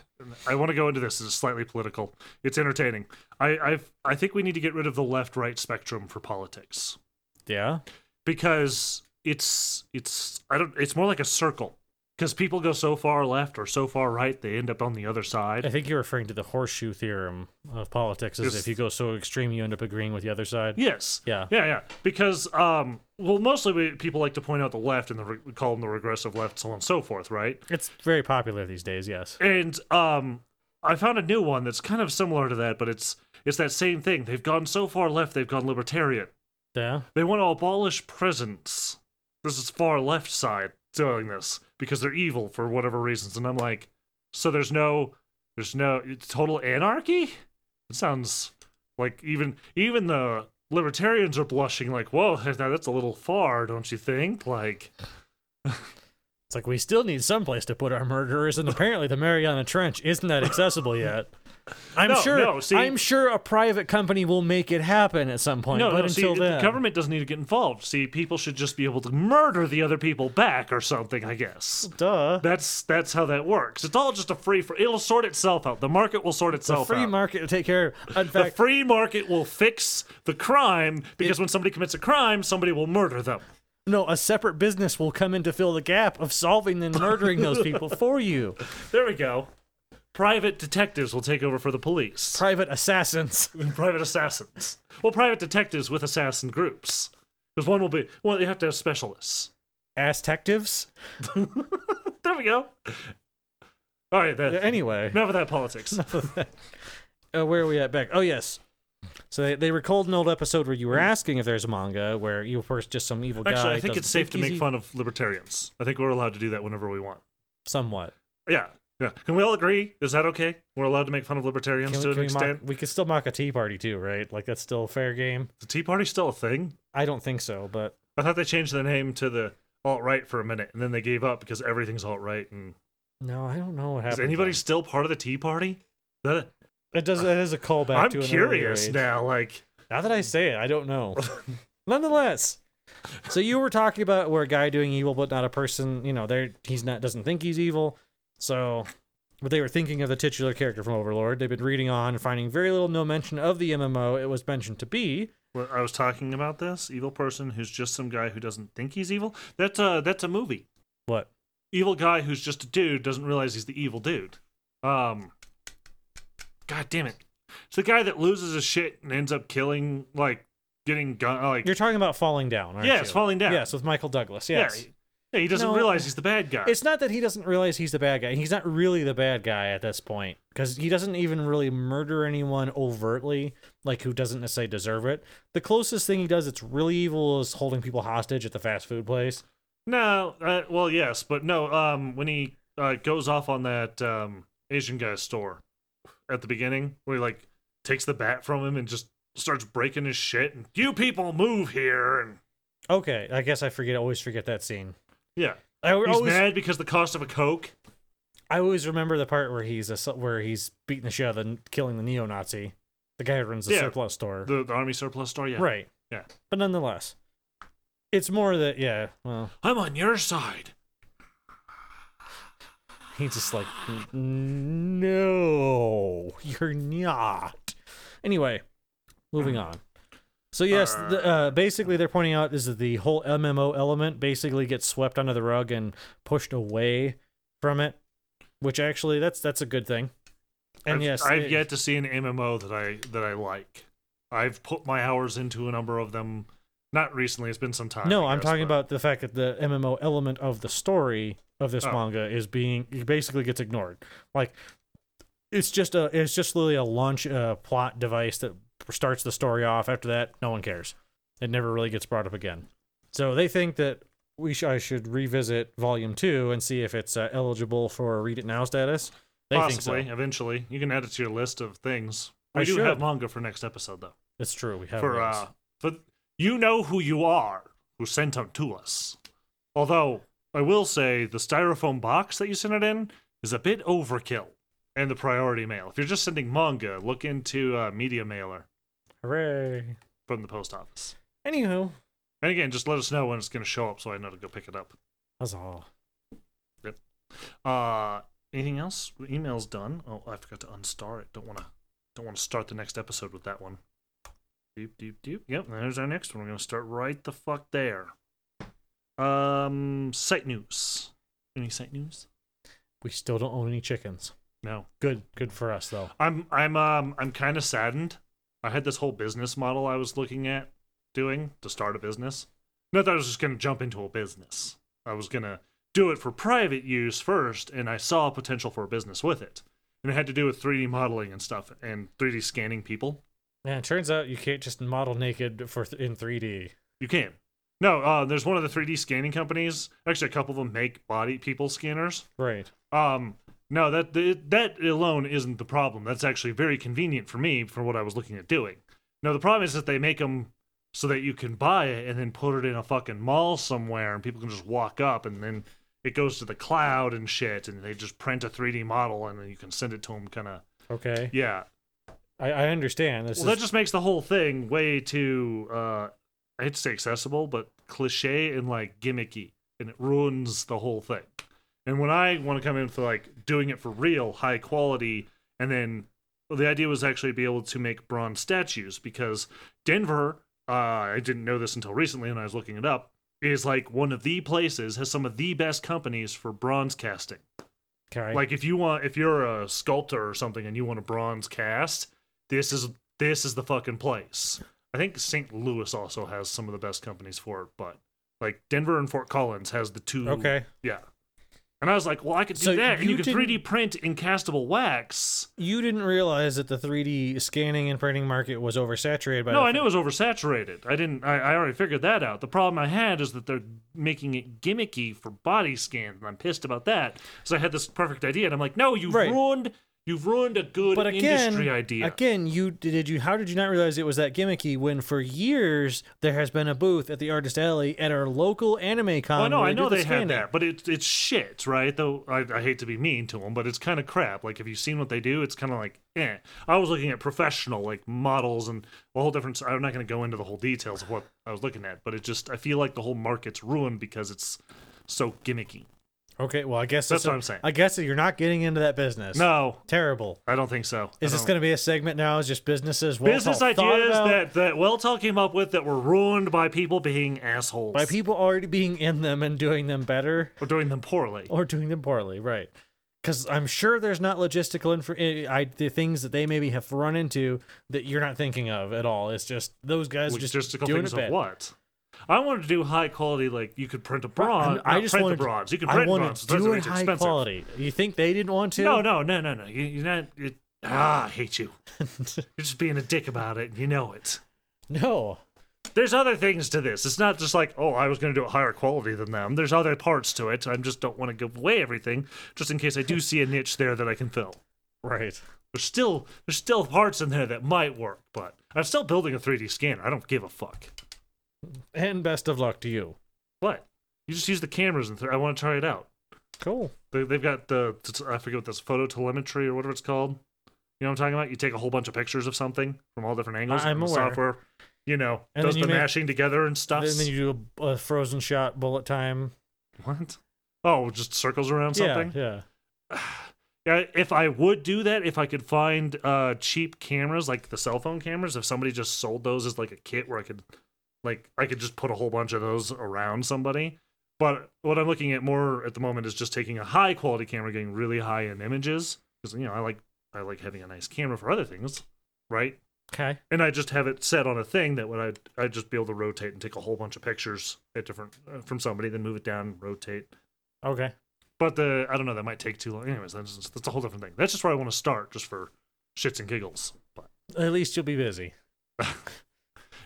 Speaker 2: I want to go into this. It's slightly political. It's entertaining. I I've, I think we need to get rid of the left right spectrum for politics
Speaker 1: yeah,
Speaker 2: because it's it's I don't. It's more like a circle because people go so far left or so far right they end up on the other side.
Speaker 1: I think you're referring to the horseshoe theorem of politics, is
Speaker 2: Just-
Speaker 1: if you go so extreme, you end up agreeing with the other side.
Speaker 2: Yes.
Speaker 1: Yeah.
Speaker 2: Yeah, yeah. Because, um, well, mostly we, people like to point out the left and the re- we call them the regressive left, so on and so forth, right?
Speaker 1: It's very popular these days, yes.
Speaker 2: And um, I found a new one that's kind of similar to that, but it's it's that same thing. They've gone so far left, they've gone libertarian.
Speaker 1: Yeah.
Speaker 2: They want to abolish prisons. This is far left side doing this because they're evil for whatever reasons. And I'm like, so there's no, there's no it's total anarchy. It sounds like even even the libertarians are blushing. Like, whoa, now that's a little far, don't you think? Like,
Speaker 1: It's like we still need someplace to put our murderers, and apparently the Mariana Trench isn't that accessible yet. I'm
Speaker 2: No,
Speaker 1: sure
Speaker 2: no, see-
Speaker 1: I'm sure a private company will make it happen at some point.
Speaker 2: no,
Speaker 1: but
Speaker 2: no. See,
Speaker 1: until then
Speaker 2: the government doesn't need to get involved. See, people should just be able to murder the other people back or something. I guess.
Speaker 1: duh.
Speaker 2: That's that's how that works. It's all just a free for it'll sort itself out. The market will sort
Speaker 1: The
Speaker 2: itself
Speaker 1: free
Speaker 2: out.
Speaker 1: market will take care of in
Speaker 2: The
Speaker 1: fact
Speaker 2: free market will fix the crime because when somebody commits a crime, somebody will murder them.
Speaker 1: no, a separate business will come in to fill the gap of solving and murdering those people for you.
Speaker 2: There we go. Private detectives will take over for the police.
Speaker 1: Private assassins.
Speaker 2: private assassins. Well, private detectives with assassin groups. Because one will be, well, they have to have specialists.
Speaker 1: Ass detectives?
Speaker 2: There we go. All right, then.
Speaker 1: Anyway.
Speaker 2: Enough of that politics.
Speaker 1: uh, where are we at back? Oh yes. So they, they recalled an old episode where you were asking if there's a manga where you were just some evil guy.
Speaker 2: Hmm. Actually, I think
Speaker 1: doesn't
Speaker 2: it's safe to
Speaker 1: take
Speaker 2: make
Speaker 1: easy-
Speaker 2: fun of libertarians. I think we're allowed to do that whenever we want.
Speaker 1: Somewhat.
Speaker 2: Yeah. Yeah. Can we all agree? Is that okay? We're allowed to make fun of libertarians
Speaker 1: Can
Speaker 2: to
Speaker 1: we,
Speaker 2: an
Speaker 1: can we, mock-
Speaker 2: extent?
Speaker 1: we could still mock a tea party too, right? Like that's still a fair game.
Speaker 2: Is the Tea Party still a thing?
Speaker 1: I don't think so, but
Speaker 2: I thought they changed the name to the alt right for a minute, and then they gave up because everything's alt right. And
Speaker 1: no, I don't know what
Speaker 2: is
Speaker 1: happened.
Speaker 2: anybody still part of the Tea Party? That-
Speaker 1: It does. That is a callback.
Speaker 2: I'm
Speaker 1: to an
Speaker 2: curious
Speaker 1: earlier age.
Speaker 2: now. Like,
Speaker 1: Now that I say it, I don't know. Nonetheless, so you were talking about where a guy doing evil but not a person, you know, there he's not doesn't think he's evil. So but they were thinking of the titular character from Overlord. They've been reading on and finding very little no mention of the MMO it was mentioned to be.
Speaker 2: what I was talking about this evil person who's just some guy who doesn't think he's evil. That's a that's a movie.
Speaker 1: What?
Speaker 2: Evil guy who's just a dude doesn't realize he's the evil dude. Um, God damn it! It's the guy that loses his shit and ends up killing, like, getting gun, uh, like,
Speaker 1: You're talking about falling down, aren't
Speaker 2: Yes,
Speaker 1: you?
Speaker 2: Falling Down.
Speaker 1: Yes, with Michael Douglas.
Speaker 2: yeah,
Speaker 1: Yes.
Speaker 2: he- yeah, he doesn't
Speaker 1: No.
Speaker 2: realize he's the bad guy.
Speaker 1: It's not that he doesn't realize he's the bad guy. He's not really the bad guy at this point because he doesn't even really murder anyone overtly, like who doesn't necessarily deserve it. The closest thing he does that's really evil is holding people hostage at the fast food place.
Speaker 2: No, uh, well, yes, but no. Um, when he uh, goes off on that um, Asian guy's store at the beginning, where he like takes the bat from him and just starts breaking his shit, and you people move here, and
Speaker 1: Okay, I guess I forget. I always forget that scene.
Speaker 2: yeah,
Speaker 1: I
Speaker 2: he's
Speaker 1: always,
Speaker 2: mad because the cost of a coke.
Speaker 1: I always remember the part where he's a, where he's beating the shit out of the, killing the neo-Nazi, the guy who runs the
Speaker 2: Yeah.
Speaker 1: surplus store.
Speaker 2: The, the army surplus store, yeah,
Speaker 1: Right.
Speaker 2: Yeah.
Speaker 1: But nonetheless, It's more that yeah. Well,
Speaker 2: I'm on your side.
Speaker 1: he's just like, "N- no, you're not. Anyway, moving on. So yes, the, uh, basically they're pointing out is that the whole MMO element basically gets swept under the rug and pushed away from it, which actually that's that's a good thing. And
Speaker 2: I've,
Speaker 1: yes,
Speaker 2: I've
Speaker 1: it-
Speaker 2: yet to see an MMO that I that I like. I've put my hours into a number of them. Not recently. It's been some time.
Speaker 1: No,
Speaker 2: I
Speaker 1: I'm
Speaker 2: guess,
Speaker 1: talking
Speaker 2: but-
Speaker 1: about the fact that the MMO element of the story of this
Speaker 2: Oh.
Speaker 1: manga is being it basically gets ignored. Like it's just a it's just literally a launch uh, plot device that starts the story off. After that, no one cares. It never really gets brought up again. So they think that we sh- I should revisit Volume Two and see if it's uh, eligible for read it now status. They
Speaker 2: possibly
Speaker 1: think so.
Speaker 2: eventually. You can add it to your list of things.
Speaker 1: I
Speaker 2: We do have
Speaker 1: should.
Speaker 2: manga for next episode though.
Speaker 1: It's true. We have
Speaker 2: for
Speaker 1: those.
Speaker 2: uh for you know who you are who sent them to us. Although I will say the styrofoam box that you sent it in is a bit overkill. And the priority mail. If you're just sending manga, look into uh, media mailer
Speaker 1: hooray.
Speaker 2: from the post office.
Speaker 1: Anywho,
Speaker 2: And again, just let us know when it's going to show up so I know to go pick it up.
Speaker 1: that's all.
Speaker 2: Uh, anything else? The email's done. Oh, I forgot to unstar it. Don't want to. Don't want to start the next episode with that one. Doop doop doop. Yep, there's our next one. We're gonna start right the fuck there. Um, site news. Any site news?
Speaker 1: We still don't own any chickens.
Speaker 2: No.
Speaker 1: Good, good for us though.
Speaker 2: I'm I'm um I'm kind of saddened. I had this whole business model I was looking at doing to start a business. Not that I was just gonna jump into a business. I was gonna do it for private use first, and I saw a potential for a business with it. And it had to do with 3D modeling and stuff, and 3D scanning people.
Speaker 1: Yeah, it turns out you can't just model naked for th- in 3D.
Speaker 2: You can. No, uh, there's one of the 3D scanning companies. Actually, a couple of them make body people scanners.
Speaker 1: Right.
Speaker 2: Um, no, that that alone isn't the problem. That's actually very convenient for me for what I was looking at doing. No, the problem is that they make them so that you can buy it and then put it in a fucking mall somewhere, and people can just walk up, and then it goes to the cloud and shit, and they just print a 3D model, and then you can send it to them. Kind of,
Speaker 1: Okay.
Speaker 2: yeah.
Speaker 1: I, I understand. This
Speaker 2: Well, that
Speaker 1: is
Speaker 2: just makes the whole thing way too, uh, I hate to say accessible, but cliche and like gimmicky, and it ruins the whole thing. And when I want to come in for like doing it for real, high quality, and then well, the idea was actually be able to make bronze statues because Denver, uh, I didn't know this until recently when I was looking it up, is like one of the places, has some of the best companies for bronze casting.
Speaker 1: okay.
Speaker 2: Like if you want, if you're a sculptor or something and you want a bronze cast, this is this is the fucking place. I think St. Louis also has some of the best companies for it, but like Denver and Fort Collins has the two.
Speaker 1: okay.
Speaker 2: Yeah. And I was like, well, I could do
Speaker 1: So
Speaker 2: that, and
Speaker 1: you
Speaker 2: you could
Speaker 1: didn't-
Speaker 2: 3D print in castable wax.
Speaker 1: You didn't realize that the 3D scanning and printing market was oversaturated by
Speaker 2: No,
Speaker 1: the
Speaker 2: I knew it was oversaturated. I didn't. I, I already figured that out. The problem I had is that they're making it gimmicky for body scans, and I'm pissed about that. So I had this perfect idea, and I'm like, no, you've
Speaker 1: Right.
Speaker 2: ruined. You've ruined a good
Speaker 1: but again,
Speaker 2: industry idea.
Speaker 1: again, you did you? How did you not realize it was that gimmicky? When for years there has been a booth at the Artist Alley at our local anime con.
Speaker 2: Well, Oh, no,
Speaker 1: where
Speaker 2: I
Speaker 1: Um, do
Speaker 2: know
Speaker 1: the
Speaker 2: they
Speaker 1: scanning.
Speaker 2: had that, but it's it's shit, right? Though I, I hate to be mean to them, but it's kind of crap. Like, have you seen what they do? It's kind of like, eh. I was looking at professional like models and a whole different. I'm not going to go into the whole details of what I was looking at, but it just I feel like the whole market's ruined because it's so gimmicky.
Speaker 1: Okay, well, I guess
Speaker 2: That's
Speaker 1: it's-
Speaker 2: what I'm saying.
Speaker 1: I guess that you're not getting into that business.
Speaker 2: No,
Speaker 1: terrible.
Speaker 2: I don't think so.
Speaker 1: Is this going to be a segment now? Is just businesses? Well,
Speaker 2: business
Speaker 1: thought- thought
Speaker 2: ideas
Speaker 1: about-
Speaker 2: that that Welltel came up with that were ruined by people being assholes
Speaker 1: by people already being in them and doing them better
Speaker 2: or doing them poorly?
Speaker 1: or doing them poorly, right? Because I'm sure there's not logistical info, I, the things that they maybe have run into that you're not thinking of at all. It's just those guys are just
Speaker 2: logistical
Speaker 1: doing
Speaker 2: things
Speaker 1: it
Speaker 2: of
Speaker 1: bad.
Speaker 2: what? I wanted to do high quality, like you could print a
Speaker 1: I'm-
Speaker 2: bronze.
Speaker 1: I
Speaker 2: not
Speaker 1: just
Speaker 2: print
Speaker 1: wanted
Speaker 2: the bronze. You can
Speaker 1: I
Speaker 2: print
Speaker 1: want
Speaker 2: bronze.
Speaker 1: to
Speaker 2: but that's
Speaker 1: do
Speaker 2: what
Speaker 1: it
Speaker 2: makes it
Speaker 1: high
Speaker 2: expensive.
Speaker 1: quality. You think they didn't want to?
Speaker 2: No, no, no, no, no. You, you're not. It, ah, I hate you. You're just being a dick about it, and you know it.
Speaker 1: no.
Speaker 2: There's other things to this. It's not just like, oh, I was going to do it higher quality than them. There's other parts to it. I just don't want to give away everything, just in case I do see a niche there that I can fill.
Speaker 1: Right.
Speaker 2: There's still there's still parts in there that might work, but I'm still building a 3D scanner. I don't give a fuck.
Speaker 1: And best of luck to you.
Speaker 2: What? You just use the cameras, and th- I want to try it out.
Speaker 1: Cool.
Speaker 2: They, they've got the t- I forget what that's photo telemetry or whatever it's called. You know what I'm talking about? You take a whole bunch of pictures of something from all different angles.
Speaker 1: I- I'm
Speaker 2: and the
Speaker 1: aware.
Speaker 2: Software. you know,
Speaker 1: And
Speaker 2: does
Speaker 1: then
Speaker 2: the
Speaker 1: you make-
Speaker 2: mashing together and stuff.
Speaker 1: And then you do a, a frozen shot bullet time.
Speaker 2: What? Oh, just circles around something.
Speaker 1: Yeah, yeah.
Speaker 2: Yeah, if I would do that, if I could find uh cheap cameras like the cell phone cameras, if somebody just sold those as like a kit where I could like I could just put a whole bunch of those around somebody. But what I'm looking at more at the moment is just taking a high quality camera, getting really high end images because you know I like I like having a nice camera for other things, right?
Speaker 1: Okay.
Speaker 2: And I just have it set on a thing that when I I would just be able to rotate and take a whole bunch of pictures at different uh, from somebody, then move it down, rotate,
Speaker 1: Okay.
Speaker 2: but the I don't know that might take too long. Anyways, that's that's a whole different thing. That's just where I want to start, just for shits and giggles. But
Speaker 1: At least you'll be busy.
Speaker 2: yeah,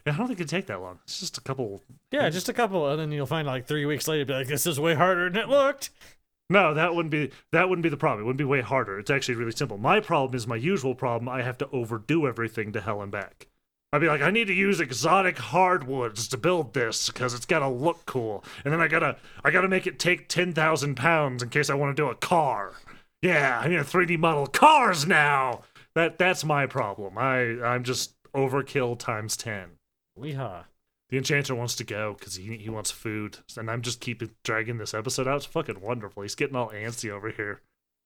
Speaker 2: I don't think it'd take that long. It's just a couple.
Speaker 1: Yeah, just a couple, and then you'll find like three weeks later, be like, this is way harder than it looked.
Speaker 2: No, that wouldn't be that wouldn't be the problem. It wouldn't be way harder. It's actually really simple. My problem is my usual problem. I have to overdo everything to hell and back. I'd be like, I need to use exotic hardwoods to build this because it's gotta look cool, and then I gotta I gotta make it take ten thousand pounds in case I want to do a car. Yeah, I need a three D model of cars now. That that's my problem. I I'm just overkill times ten.
Speaker 1: Weehaw.
Speaker 2: The enchanter wants to go because he he wants food, and I'm just keeping dragging this episode out. It's fucking wonderful. He's getting all antsy over here.